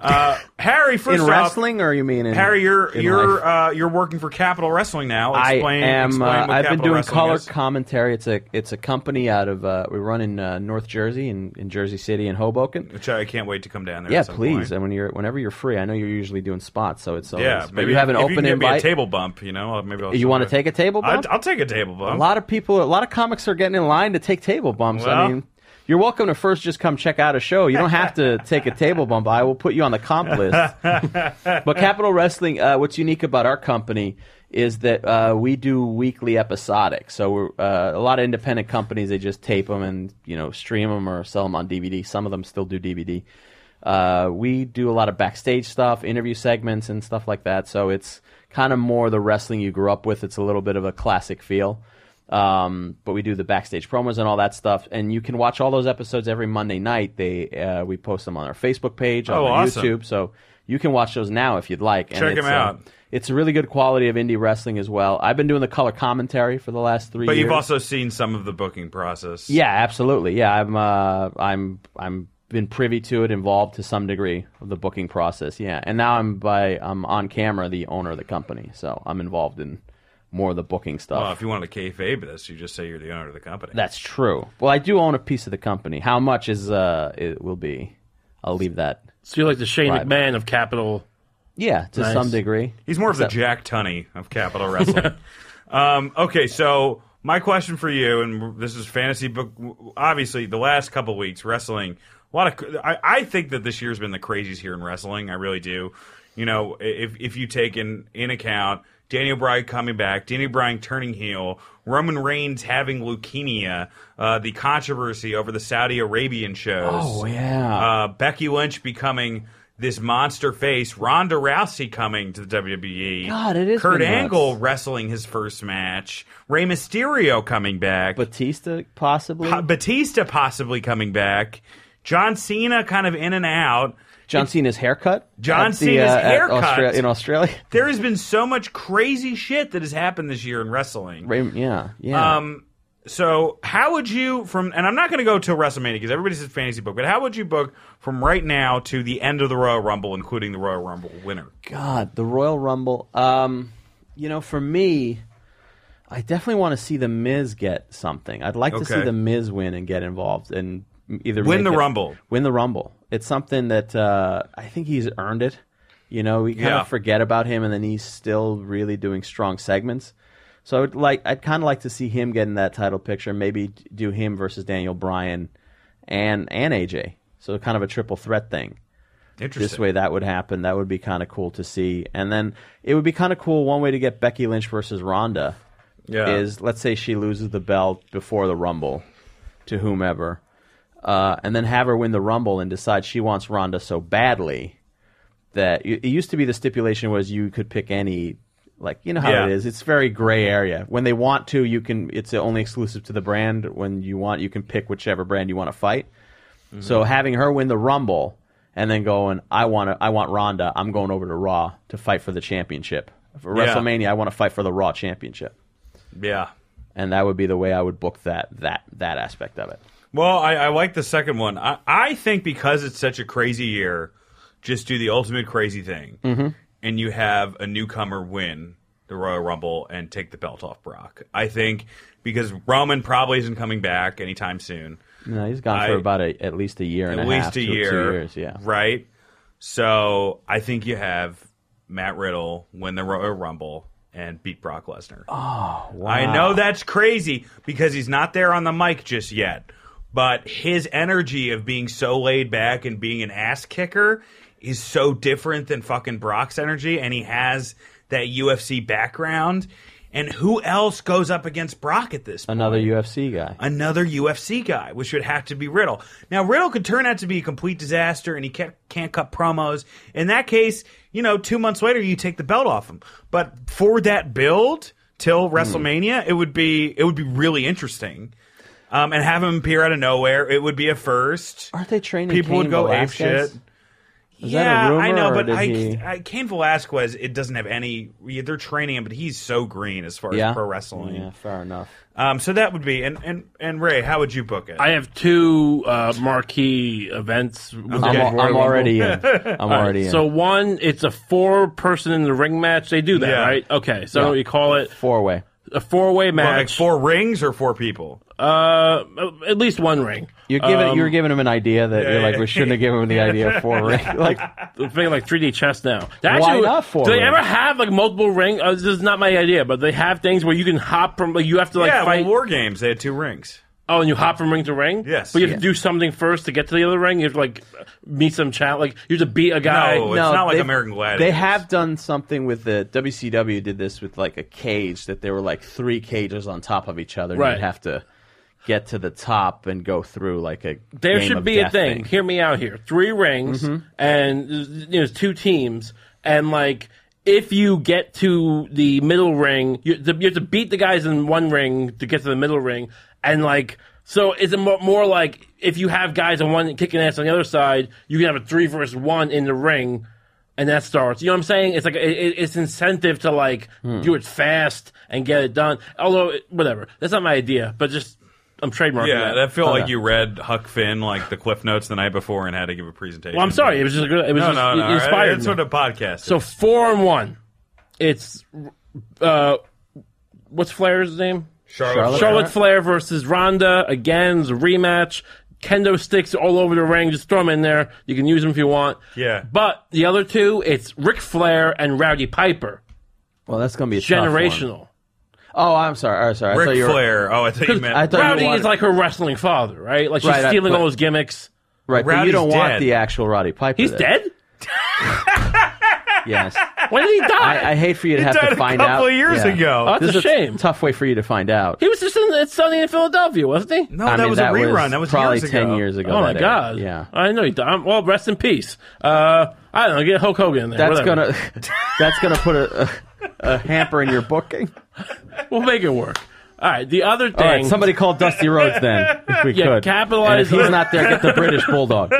Uh, Harry, first
in
off,
wrestling, or you mean in
Harry, you're
in life?
you're uh, you're working for Capital Wrestling now. Explain,
I am.
Explain
uh,
what
I've been
Capital
doing
Wrestling
color
is.
commentary. It's a it's a company out of uh, we run in uh, North Jersey in, in Jersey City and Hoboken.
which I can't wait to come down there.
Yeah,
at some
please.
Point.
And when you're whenever you're free, I know you're usually doing spots, so it's always,
Yeah,
but
maybe
you have an
if
open
you can give
invite.
Me a table bump, you know. I'll- Maybe I'll
you want to
try it.
take a table bump?
I'd- I'll take a table bump.
a lot of people, a lot of comics are getting in line to take table bumps.
Well-
I mean, you're welcome to first just come check out a show. You don't have to take a table bump. I will put you on the comp list. but Capital Wrestling, uh, what's unique about our company is that uh, we do weekly episodic. So we're, uh, a lot of independent companies they just tape them and you know stream them or sell them on DVD. Some of them still do DVD. Uh, we do a lot of backstage stuff, interview segments, and stuff like that. So it's kind of more the wrestling you grew up with. It's a little bit of a classic feel. Um, but we do the backstage promos and all that stuff, and you can watch all those episodes every Monday night. They uh, we post them on our Facebook page, on
Oh,
our
awesome.
YouTube, so you can watch those now if you'd like. And
Check 'em
it's, uh,
out.
it's a really good quality of indie wrestling as well. I've been doing the color commentary for the last three.
But
years.
you've also seen some of the booking process.
yeah, absolutely, yeah. I'm uh, I'm I'm been privy to it, involved to some degree of the booking process. Yeah, and now I'm by I'm on camera, the owner of the company, so I'm involved in more of the booking stuff.
Well, if you wanted to kayfabe this, you just say you're the owner of the company.
That's true. Well, I do own a piece of the company. How much is uh it will be? I'll leave that.
So you're like the Shane
Right.
McMahon of Capital.
Yeah, to
Nice.
some degree.
He's more of the Jack Tunney of Capital Wrestling. um, okay, so my question for you, and this is fantasy book. Obviously, the last couple weeks, wrestling. A lot of. I, I think that this year's been the craziest year in wrestling. I really do. You know, if if you take in in account Daniel Bryan coming back, Daniel Bryan turning heel, Roman Reigns having leukemia, uh, the controversy over the Saudi Arabian shows.
Oh, yeah.
Uh, Becky Lynch becoming this monster face, Ronda Rousey coming to the WWE.
God, it is
Kurt
been nuts.
Angle wrestling his first match, Rey Mysterio coming back,
Batista possibly.
Pa- Batista possibly coming back, John Cena kind of in and out.
John Cena's haircut.
John
At the, uh,
Cena's
at
haircut.
Austra- in Australia.
There has been so much crazy shit that has happened this year in wrestling.
Ray- yeah, yeah.
Um, so how would you from? And I'm not going to go to WrestleMania because everybody says fantasy book, but how would you book from right now to the end of the Royal Rumble, including the Royal Rumble winner?
God, the Royal Rumble. Um, you know, for me, I definitely want to see the Miz get something. I'd like to see
Okay.
the Miz win and get involved and either
Win
make
the
it-
Rumble.
Win the Rumble. It's something that uh, I think he's earned it. You know, we kind
Yeah.
of forget about him, and then he's still really doing strong segments. So I would like, I'd kind of like to see him get in that title picture. Maybe do him versus Daniel Bryan and and AJ. So kind of a triple threat thing
Interesting.
this way that would happen. That would be kind of cool to see. And then it would be kind of cool. One way to get Becky Lynch versus Ronda
Yeah.
is let's say she loses the belt before the Rumble to whomever. uh, and then have her win the Rumble and decide she wants Ronda so badly that it it used to be the stipulation was you could pick any. Like you know how
Yeah.
it is, it's very gray area. When they want to, you can. It's only exclusive to the brand. When you want, you can pick whichever brand you want to fight.
Mm-hmm.
So having her win the Rumble and then going, I want to, I want Ronda. I'm going over to Raw to fight for the championship for
Yeah.
WrestleMania. I want to fight for the Raw championship,
Yeah.
and that would be the way I would book that that that aspect of it.
Well, I, I like the second one. I, I think because it's such a crazy year, just do the ultimate crazy thing, and you have a newcomer win the Royal Rumble and take the belt off Brock. I think because Roman probably isn't coming back anytime soon.
No, he's gone
I-
for about a, at least a year and
at
a
least
half,
a
two- two
year,
years, yeah.
right? So I think you have Matt Riddle win the Royal Rumble and beat Brock Lesnar. Oh, wow! I know that's crazy because he's not there on the mic just yet, but his energy of being so laid back and being an ass kicker is so different than fucking Brock's energy, and he has that UFC background. And who else goes up against Brock at this point?
Another UFC guy.
another UFC guy, which would have to be Riddle. Now, Riddle could turn out to be a complete disaster and he can't, can't cut promos. In that case, you know, two months later, you take the belt off him. But for that build
Hmm.
till WrestleMania, it would be it would be really interesting. Um, and have him appear out of nowhere, it would be a first.
Aren't they training
People would
Cain
go ape
Velasquez?
shit.
Is
yeah,
that a rumor,
I know,
or
but
did
I,
he-
I Cain Velasquez, it doesn't have any. yeah, They're training him, but he's so green as far
yeah,
as pro wrestling.
Yeah, fair enough.
Um, so that would be and and and Ray, how would you book it?
I have two uh, marquee events. with the
I'm,
Royal
al- I'm
Rumble.
already in. I'm
All right,
already in.
So one, it's a four-person in the ring match. They do that,
Yeah.
right? Okay, so
Yeah.
you call it
four way.
a four-way
Well, like
match.
four rings or four people?
uh, at least one ring.
You're giving
Um,
you're giving him an idea that you're like we shouldn't have given him the idea of four ring. Like
They're playing like 3D chess now. They
Why not four
Do they
rings?
ever have like multiple ring? Uh, this is not my idea, but they have things where you can hop from. Like you have to like
yeah,
fight.
well, war games. They had two rings.
oh, and you hop from ring to ring.
Yes.
but you have to
Yeah.
do something first to get to the other ring. You have to like meet some chat. Like you have to beat a guy.
No, it's not like
they've-
American Gladiators.
They have done something with the WCW did this with like a cage that there were like three cages on top of each other. and
Right.
You'd have to get to the top and go through like a
There
game
should
of
be a
death Mm-hmm.
thing. Hear me out here. Three rings and you know two teams and like if you get to the middle ring, you, the, you have to beat the guys in one ring to get to the middle ring and like so is it more, more like if you have guys on one kicking ass on the other side, you can have a three versus one in the ring. And that starts. You know what I'm saying? It's like it, it- it's incentive to like
Hmm.
do it fast and get it done. Although it- whatever, that's not my idea. But just I'm trademarking.
Yeah,
that.
I feel
Okay.
like you read Huck Finn like the Cliff Notes the night before and had to give a presentation.
Well, I'm sorry. It was just a good. It was
No,
just,
no,
it
no.
inspired
That's
me.
what a podcast.
so
is.
four and one. It's uh, what's Flair's name?
Charlotte,
Charlotte Flair versus Ronda again. It's a rematch. Kendo sticks all over the ring. Just throw them in there. You can use them if you want.
Yeah.
But the other two, it's Ric Flair and Rowdy Piper.
Well, that's gonna be a tough one.
Generational.
Oh, I'm sorry. Oh, sorry. I thought
Ric
you were,
Flair. Oh, I thought you meant.
I thought- you
Rowdy
wanted-
is like her wrestling father, right? Like she's
Right, I-
stealing
but-
all his gimmicks.
Right, but you
Rowdy's
don't
dead.
want the actual Roddy Piper.
He's
there.
dead.
Yes.
When did he die?
I, I hate for you to
He
have
died
to
a
find out.
couple of years
Yeah. Uh,
ago.
Oh, that's
this
a
is
shame.
tough way for you to find out.
he was just in It's Sunny in Philadelphia, wasn't he?
no,
I
that
mean,
was a
that was
rerun. that was
probably
years
10
ago.
years ago.
Oh my
that era.
god!
Yeah.
I know you. di- I'm, well, rest in peace. Uh, I don't know. Get Hulk Hogan in there.
That's
whatever.
gonna that's gonna put a, a, a hamper in your booking.
We'll make it work. All right. The other thing.
All right, somebody call Dusty Rhodes then, if we
Yeah,
could.
capitalize
And if he's
on-
not there, get the British Bulldog.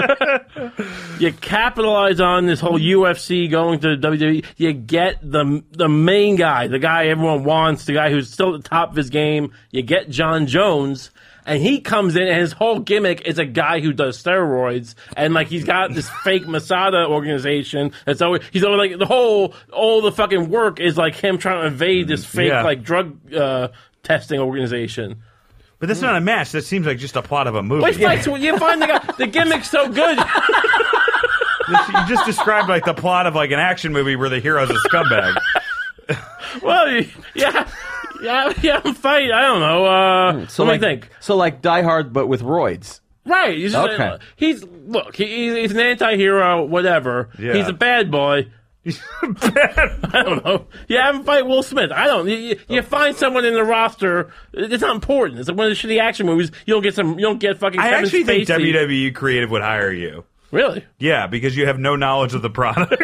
you capitalize on this whole UFC going to WWE. You get the the main guy, the guy everyone wants, the guy who's still at the top of his game. You get John Jones, and he comes in, and his whole gimmick is a guy who does steroids, and like he's got this fake Masada organization. That's always he's always like the whole all the fucking work is like him trying to invade this fake
Yeah.
like drug uh, testing organization.
But that's not a match. That seems like just a plot of a movie.
Which fights will you find the guy? The gimmick's so good.
This- you just described like the plot of like an action movie where the hero's a scumbag.
Well, you- yeah, yeah, yeah. Fight. I don't know. Uh,
Mm, So
let
like,
me think.
so like Die Hard, but with roids.
Right. He's just,
Okay.
he's look. He, he's an anti-hero. Whatever.
Yeah.
He's a bad boy. I don't know. You haven't fight Will Smith. I don't. You, you, you find someone in the roster. It's not important. It's like one of the shitty action movies. You don't get some. You don't get fucking.
I
Kevin
actually think E
Spacey.
WWE creative would hire you.
Really?
Yeah, because you have no knowledge of the product.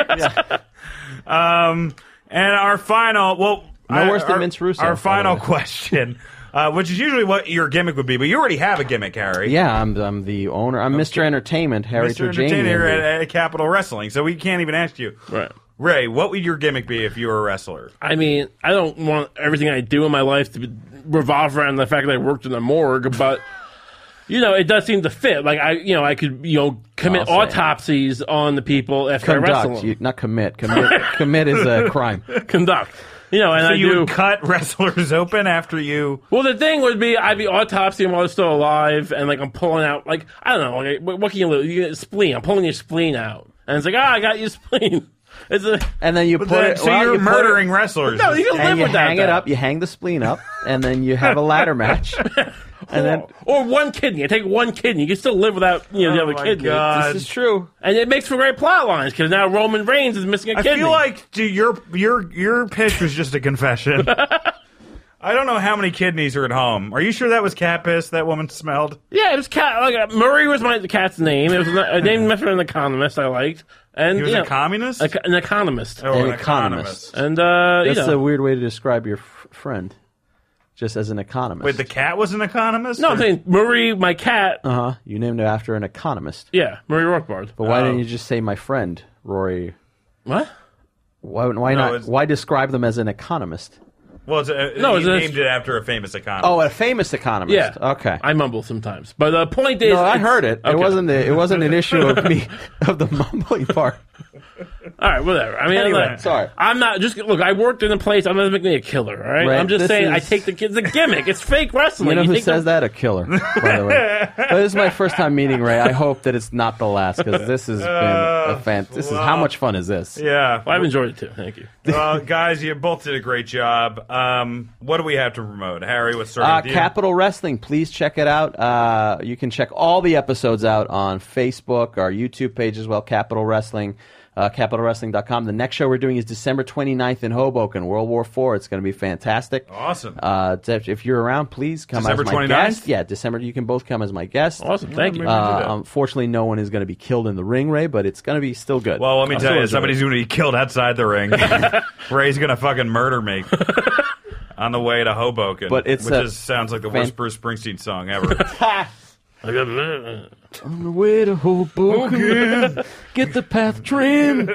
um, and our final, well,
No
I-
worse than
our-
Vince Russo, by
Our
the
final
way.
question, uh, which is usually what your gimmick would be, but you already have a gimmick, Harry.
Yeah, I'm, I'm the owner. I'm Mr. Entertainment, Harry
Mr.
Turjanian.
Entertainer at, at Capital Wrestling, so we can't even ask you.
Right.
Ray, what would your gimmick be if you were a wrestler?
I mean, I don't want everything I do in my life to be- revolve around the fact that I worked in the morgue, but you know, it does seem to fit. Like I, you know, I could you know commit
I'll say.
autopsies on the people after I
Conduct,
wrestle
you,
them.
not commit. Commit, commit is a crime.
Conduct. You know, and
So
I
you
do.
would cut wrestlers open after you.
Well, the thing would be, I'd be autopsying while they're still alive, and like I'm pulling out, like I don't know, like what, what can you lose? You get a spleen. I'm pulling your spleen out, and it's like, ah, I got your spleen. It's a
And then you put
But then,
it.
so
well,
you're
you put
murdering
It,
wrestlers.
no, you can live
and you
with that.
hang it up. You hang the spleen up, and then you have a ladder match. and then
or one kidney. I take one kidney. You can still live without you know the
Oh
other
my
kidney.
God.
this is true.
And it makes for great plot lines because now Roman Reigns is missing a
I
kidney.
feel like dude, your your your pitch was just a confession. I don't know how many kidneys are at home. Are you sure that was cat piss that woman smelled?
yeah, it was cat. Like uh, Murray was my the cat's name. It was an, a name after an economist I liked, and
He was
you
a
know,
communist.
a co- an economist.
Oh,
An economist.
And uh, you
That's
know,
a weird way to describe your f- friend, just as an economist.
Wait, the cat was an economist.
no,
Or-
I'm saying Murray, my cat.
uh huh. You named it after an economist.
Yeah, Murray Rothbard.
But why didn't you just say my friend, Rory?
What?
Why, why
No,
not?
it's-
Why describe them as an economist?
well, it's a,
No,
no,
it's
he
a-
named it after a famous economist.
Oh, a famous economist.
Yeah.
Okay.
I mumble sometimes, but the point is,
no, I
it's-
heard it.
Okay.
It wasn't. A, it wasn't an issue of me of the mumbling part.
All right, whatever. I mean,
Anyway,
look,
sorry.
I'm not just look. I worked in a place. I'm not making me a killer. All right.
Right,
I'm just
this
saying. I
is-
take the kids. It's a gimmick. It's fake wrestling.
You know who
think
says
the-
that? A killer, by the way. But this is my first time meeting Ray. I hope that it's not the last because this has been a fan. This is how much fun is this?
yeah.
Well, I've enjoyed it too. Thank you.
Well, guys, you both did a great job. Um, what do we have to promote, Harry? What's starting
Uh,
with you?
Capital Wrestling, please check it out. Uh, you can check all the episodes out on Facebook, our YouTube page as well, Capital Wrestling, uh, capitalwrestling.com. The next show we're doing is December 29th in Hoboken, World War IV. It's going to be fantastic.
Awesome.
Uh, Def- if you're around, please come
December
as my
29th?
guest. Yeah, December. You can both come as my guest.
Awesome. Thank you.
Uh, unfortunately, no one is going to be killed in the ring, Ray, but it's going to be still good.
well, let me tell
I'm still
you,
enjoying
somebody's going to be killed outside the ring. Ray's going to fucking murder me on the way to Hoboken.
But it's
which
a
is, sounds like the worst
fan-
Bruce Springsteen song ever.
On the way to Hoboken, get the path trim.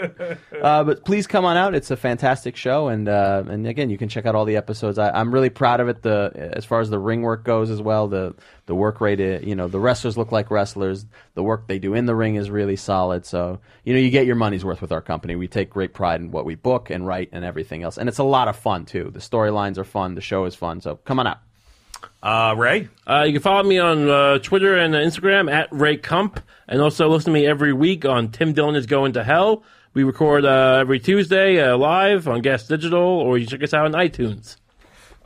Uh, but please come on out; it's a fantastic show, and uh, and again, you can check out all the episodes. I, I'm really proud of it. The as far as the ring work goes, as well the the work rate. uh, You know, the wrestlers look like wrestlers. The work they do in the ring is really solid. So you know, you get your money's worth with our company. We take great pride in what we book and write and everything else, and it's a lot of fun too. The storylines are fun. The show is fun. So come on out.
uh, Ray,
Uh, you can follow me on uh, Twitter and uh, Instagram at Ray Kump, and also listen to me every week on Tim Dillon is Going to Hell. We record uh, every Tuesday uh, live on Gas Digital, or you check us out on iTunes.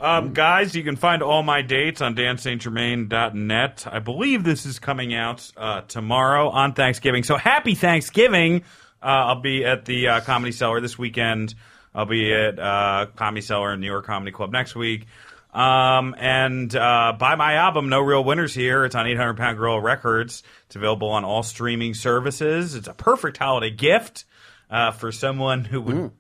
Um, guys, you can find all my dates on danstgermain.net. I believe this is coming out uh, tomorrow on Thanksgiving. So happy Thanksgiving! Uh, I'll be at the uh, Comedy Cellar this weekend. I'll be at uh, Comedy Cellar and New York Comedy Club next week. Um, and uh, buy my album, No Real Winners Here. It's on 800 Pound Gorilla Records. It's available on all streaming services. It's a perfect holiday gift uh, for someone who
Hmm.
would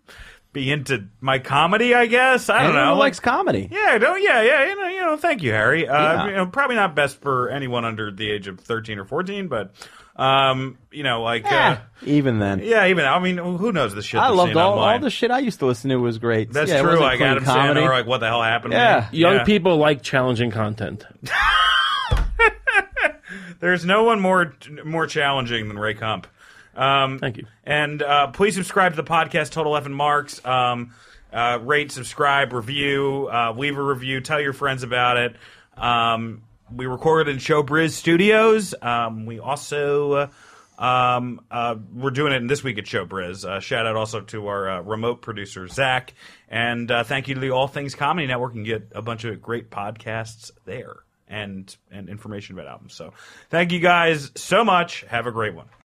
be into my comedy, I guess. I don't
Anyone
know.
who likes comedy.
Yeah, no, yeah, yeah. You know, you know thank you, Harry. Uh,
Yeah.
you know, probably not best for anyone under the age of thirteen or fourteen, but um, you know, like yeah, uh,
Even then.
yeah. Even I mean, who knows the shit?
I
that's
loved
seen
all,
online.
all the shit I used to listen to was great.
That's
Yeah, it
true.
wasn't
Like
clean
Adam
comedy.
Sandler, like what the hell happened? to
Yeah.
me?
Young
Yeah.
people like challenging content.
There's no one more more challenging than Ray Kump. Um,
Thank you.
And uh, please subscribe to the podcast, Total F and Marks. Um, uh, rate, subscribe, review, uh, leave a review, tell your friends about it. Um, we recorded in Showbiz Studios. Um, we also uh, um, uh, we're doing it this week at Showbiz. Uh, shout out also to our uh, remote producer Zach, and uh, thank you to the All Things Comedy Network. You can get a bunch of great podcasts there and and information about albums. So thank you guys so much. Have a great one.